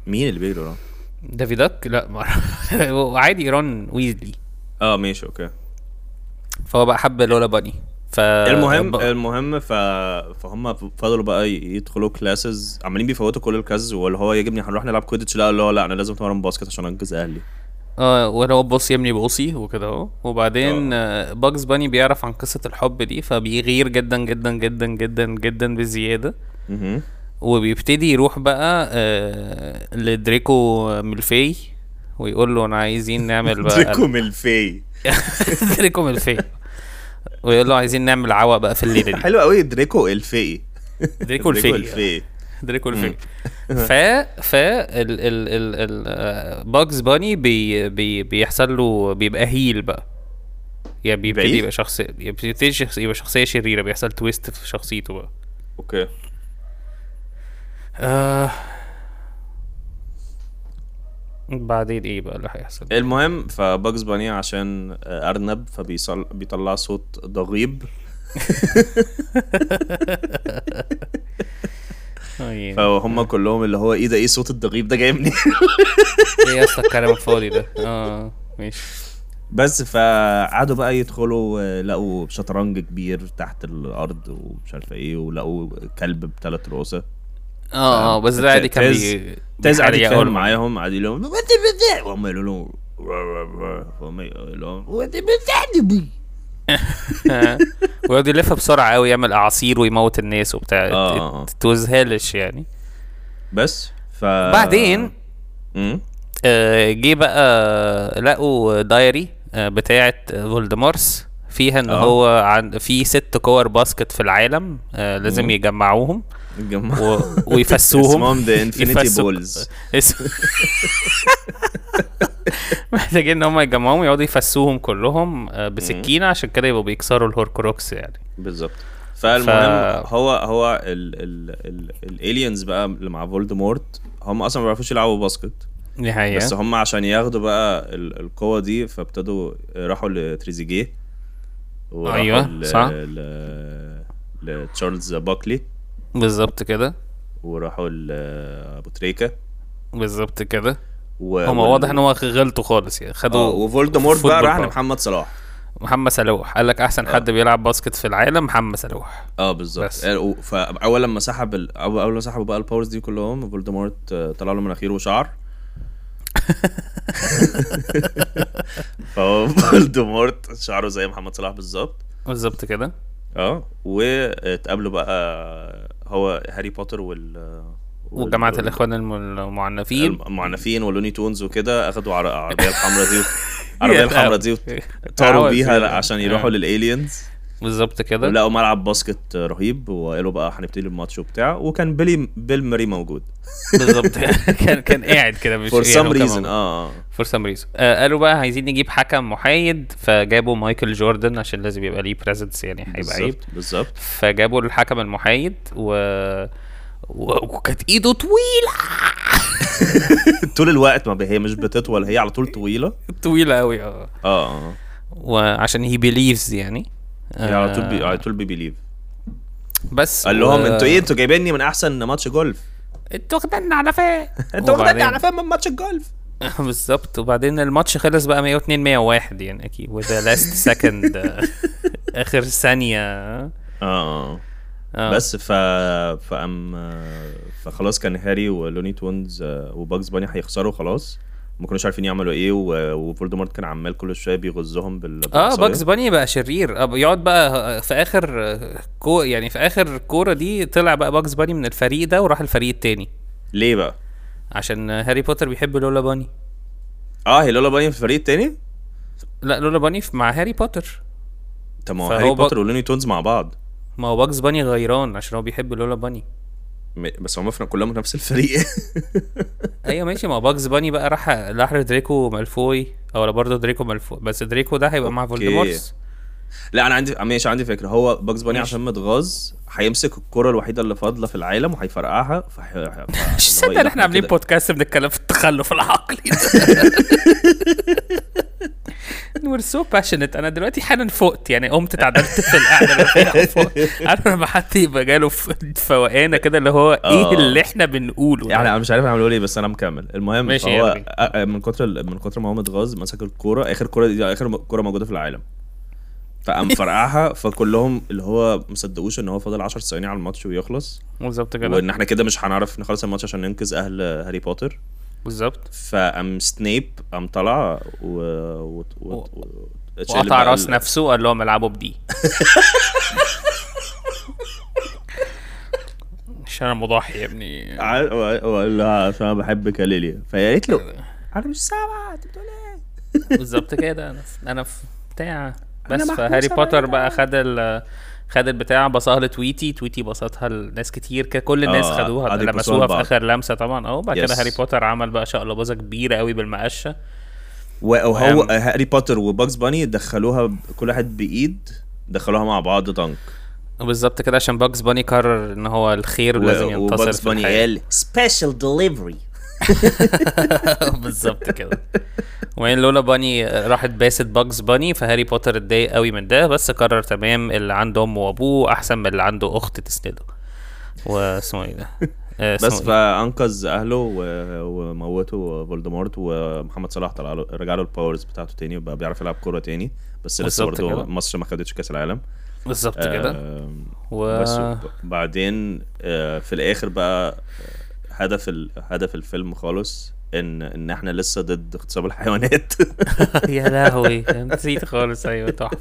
B: مين اللي بيجري وراه؟
A: دافيدك لا ما أعرف. هو عادي رون ويزلي
B: اه ماشي اوكي
A: فهو بقى حب لولا باني ف
B: المهم
A: بقى-
B: المهم ف... فهم فضلوا بقى ي- يدخلوا كلاسز عمالين بيفوتوا كل الكلاسز واللي هو يجبني هنروح نلعب كودتش لا اللي هو لا انا لازم اتمرن باسكت عشان انقذ اهلي
A: اه وانا هو بص يا ابني بوصي وكده اهو وبعدين
B: آه.
A: باجز باني بيعرف عن قصه الحب دي فبيغير جدا جدا جدا جدا جدا بزياده
B: مهم.
A: وبيبتدي يروح بقى آه لدريكو ملفي ويقول له انا عايزين نعمل بقى
B: دريكو ملفي
A: دريكو ملفي ويقول له عايزين نعمل عوق بقى في الليله دي
B: حلو قوي دريكو الفي
A: دريكو الفي دريكو الفيل ف ف ال ال آه، ال ال باجز باني بي بي بيحصل له بيبقى هيل بقى يا بيبتدي
B: بعيد؟
A: يبقى شخص بيبتدي شخص- يبقى شخصية شريرة بيحصل تويست في شخصيته بقى
B: اوكي
A: آه. بعدين ايه بقى اللي هيحصل
B: المهم فباجز باني عشان آه، ارنب فبيصل بيطلع صوت ضغيب
A: ايه
B: فهم كلهم اللي هو ايه ده ايه صوت الضغيب ده جاي منين
A: ايه اصلا الكلام الفاضي ده اه ماشي
B: بس فقعدوا بقى يدخلوا آه، لقوا شطرنج كبير تحت الارض ومش عارفه ايه ولقوا كلب بثلاث رؤوسه
A: اه اه بس ده عادي كان
B: تيز-
A: بي-
B: تاز قاعد
A: بيحاول
B: يتكلم
A: يقول-
B: معاهم قاعد يقول لهم "وات the- وهم يقولوا لهم وهم يقولوا لهم "وات the-
A: آه. ويقعد يلف بسرعة قوي يعمل اعاصير ويموت الناس وبتاع
B: آه.
A: ت- توزهلش يعني
B: بس ف
A: بعدين
B: مم.
A: آه، جه بقى لقوا دايري آه، بتاعة فولدمورس فيها ان
B: آه.
A: هو عن في ست كور باسكت في العالم آه، لازم يجمعوهم
B: الجماعه
A: و... ويفسوهم
B: اسمهم The Infinity
A: يفسوا-
B: Balls.
A: اسم... محتاجين ان هم يجمعوهم ويقعدوا يفسوهم كلهم آه، بسكينه عشان كده يبقوا بيكسروا الهوركروكس يعني
B: بالظبط فالمهم هو هو ال ال ال الالينز بقى اللي مع فولدمورت هم اصلا ما بيعرفوش يلعبوا باسكت
A: نهايه
B: بس هم عشان ياخدوا بقى ال- القوه دي فابتدوا راحوا لتريزيجيه وراحوا
A: أيوة،
B: ل-
A: صح.
B: ل- لتشارلز باكلي
A: بالظبط كده
B: وراحوا لابو تريكا
A: بالظبط كده
B: و...
A: هم
B: وال-
A: واضح ان هو غلطوا خالص يعني
B: اه
A: خدوا
B: وفولدمورت بقى
A: فوتبول
B: راح
A: بقى.
B: لمحمد صلاح
A: محمد صلاح قال لك احسن حد
B: آه.
A: بيلعب باسكت في العالم محمد صلاح
B: اه
A: بس.
B: بالظبط آه، و- فاول لما سحب ال... أول- اول ما سحبوا بقى الباورز دي كلهم فولدمورت آه، طلع له مناخيره وشعر فهو فولدمورت شعره زي محمد صلاح بالظبط
A: بالظبط كده
B: اه واتقابلوا بقى هو هاري بوتر وال وال-
A: وجماعه الاخوان الم- المعنفين
B: المعنفين ولوني تونز وكده اخدوا عر- العربيه الحمراء دي العربيه الحمراء دي طاروا
A: تعود
B: بيها
A: يعني.
B: عشان يروحوا
A: آه.
B: للالينز
A: بالظبط كده
B: لقوا ملعب باسكت رهيب وقالوا بقى هنبتدي الماتش وبتاع وكان بيلي بيل ماري موجود
A: بالظبط كان كان قاعد كده مش
B: فور
A: يعني هو كان
B: سام ريزن
A: موجود.
B: اه اه
A: فور سام ريزون آه، قالوا بقى عايزين نجيب حكم محايد فجابوا مايكل جوردن عشان لازم يبقى ليه بريزنس يعني هيبقى عيب
B: بالظبط بالظبط
A: فجابوا الحكم المحايد و و- وكانت ايده طويله
B: طول الوقت ما هي مش بتطول هي على طول طويله
A: طويله قوي اه
B: اه اه
A: وعشان هي بيليفز يعني
B: هي على طول بي...
A: آه،
B: على طول بيبيليف
A: بس
B: قال لهم
A: و-
B: انتوا ايه انتوا جايبيني من احسن ماتش جولف
A: انتوا واخدين على فين
B: انتوا واخدين على فين من ماتش الجولف
A: بالظبط وبعدين الماتش خلص بقى 102 101 يعني اكيد وذا لاست سكند اخر ثانيه
B: اه
A: آه.
B: بس ف فأم فخلاص كان هاري ولوني تونز آه، وباجز باني هيخسروا خلاص ما كانوش عارفين يعملوا ايه و- وفولدمورت كان عمال كل شويه بيغزهم بال
A: اه
B: بالعصاية.
A: باجز باني بقى شرير آه، بيقعد بقى في اخر كو يعني في اخر كوره دي طلع بقى باجز باني من الفريق ده وراح الفريق التاني
B: ليه بقى؟
A: عشان هاري بوتر بيحب لولا باني
B: اه هي لولا باني في الفريق التاني؟
A: لا لولا باني في- مع هاري بوتر
B: طب ما هو
A: فهو
B: هاري
A: باج-
B: بوتر ولوني تونز مع بعض
A: ما هو باجز باني غيران عشان هو بيحب لولا باني
B: م- بس هم في كلهم في نفس الفريق
A: ايوه ماشي ما هو باجز باني بقى راح راح لدريكو مالفوي او لا برضه دريكو مالفوي بس دريكو ده هيبقى مع
B: أوكي.
A: فولدمورس
B: لا انا عندي ماشي عندي فكره هو باجز باني
A: ماشي.
B: عشان متغاظ هيمسك الكره الوحيده اللي فاضله في العالم وهيفرقعها فح...
A: مش صدق ان احنا عاملين بودكاست بنتكلم في التخلف العقلي وير سو باشنت انا دلوقتي حالا فقت يعني قمت اتعدلت في القعده اللي فيها فقت. عارف لما حد يبقى جاله ف- فوقانه كده اللي هو ايه
B: آه.
A: اللي احنا بنقوله ده؟
B: يعني انا مش عارف اعمله ليه بس انا مكمل المهم
A: ماشي،
B: ماشي هو
A: يلا
B: من كتر ال- من كتر ما هو متغاظ مسك الكوره اخر كوره دي اخر م- كوره موجوده في العالم فقام فرقعها فكلهم اللي هو مصدقوش ان هو فاضل 10 ثواني على الماتش ويخلص
A: بالظبط كده
B: وان احنا كده مش هنعرف نخلص الماتش عشان ننقذ اهل هاري بوتر
A: بالظبط
B: فقام سنيب قام طلع و, و... و... و... اتشقلب
A: وقطع
B: بقى
A: راس
B: ال-
A: نفسه وقال لهم العبوا بدي عشان انا مضحي يا ابني
B: عار- و- وقال لها عشان انا بحبك يا ليليا فهي قالت له انا مش سامعه انت بتقول ايه
A: بالظبط كده انا في انا في بتاع بس فهاري بوتر بقى خد ال خد البتاع بصاها لتويتي تويتي بصتها لناس كتير ك- كل الناس
B: آه،
A: خدوها
B: قعدوا يبصوا
A: لمسوها في
B: لبعض.
A: اخر لمسه طبعا اه وبعد كده
B: Yes.
A: هاري بوتر عمل بقى شقلباظه كبيره قوي بالمقشه
B: وهو
A: وقام-
B: هاري بوتر وباكس باني دخلوها ب- كل واحد بايد دخلوها مع بعض طنك
A: بالظبط كده عشان باجز باني قرر ان هو الخير ولازم
B: و-
A: ينتصر
B: وباكس
A: في
B: باني
A: الحياة
B: قال
E: Special delivery.
A: بالظبط كده وبعدين لولا باني راحت باست باجز باني فهاري بوتر اتضايق قوي من ده بس قرر تمام اللي عنده امه وابوه احسن من اللي عنده اخت تسنده واسمه ايه ده آه، اسمه
B: بس
A: إيه؟
B: فانقذ اهله و- وموته فولدمورت ومحمد صلاح طلع له رجع له الباورز بتاعته تاني وبقى بيعرف يلعب كوره تاني بس لسه
A: بالظبط
B: برضه
A: كده.
B: مصر ما خدتش كاس العالم
A: بالظبط كده
B: آم،
A: و...
B: آه، بس وب- بعدين آه، في الاخر بقى آه، هدف ال... هدف الفيلم خالص ان ان احنا لسه ضد اغتصاب الحيوانات
A: يا لهوي نسيت خالص ايوه تحفه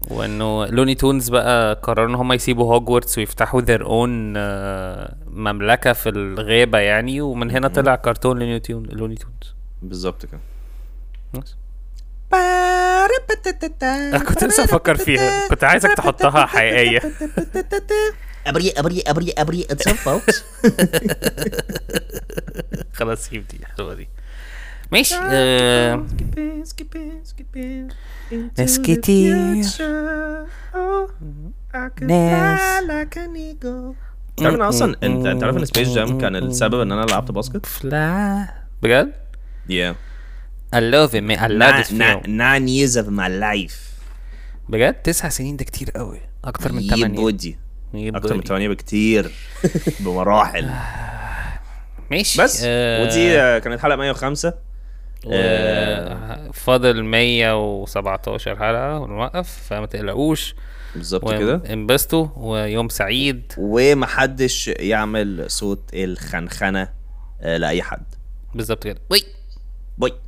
A: وانه لوني تونز بقى قرروا ان هم يسيبوا هوجورتس ويفتحوا their own آه، مملكه في الغابه يعني ومن هنا طلع كرتون لوني تون لوني تونز
B: بالظبط كده
A: بس.
D: انا
A: أنا كنت لسه أفكر فيها. كنت عايزك تحطها حقيقية.
E: Abri, abri, abri, abri. It's up, folks.
A: خلاص هي دي حلوه دي ماشي
D: Uh,
A: آه،
D: ناس
A: كتير.
D: Oh, ناس like an eagle.
B: تعرف ان اصلا انت انت عارف ان سبيس جام كان السبب ان انا لعبت باسكت؟
A: لا بجد
B: yeah
A: I love it man I love this
E: Nine-
A: film
E: nine years of my life.
A: بجد تسع سنين ده كتير قوي اكتر من
B: يب
A: 8
B: ودي اكتر من 8 بكتير بمراحل
A: ماشي
B: بس
A: آه،
B: ودي آه، كانت حلقه 105
A: و- آه، فاضل 117 حلقة ونوقف فما تقلقوش
B: بالظبط كده
A: وانبسطوا ويوم سعيد
B: ومحدش يعمل صوت الخنخنه آه، لاي حد
A: بالظبط كده وي
B: باي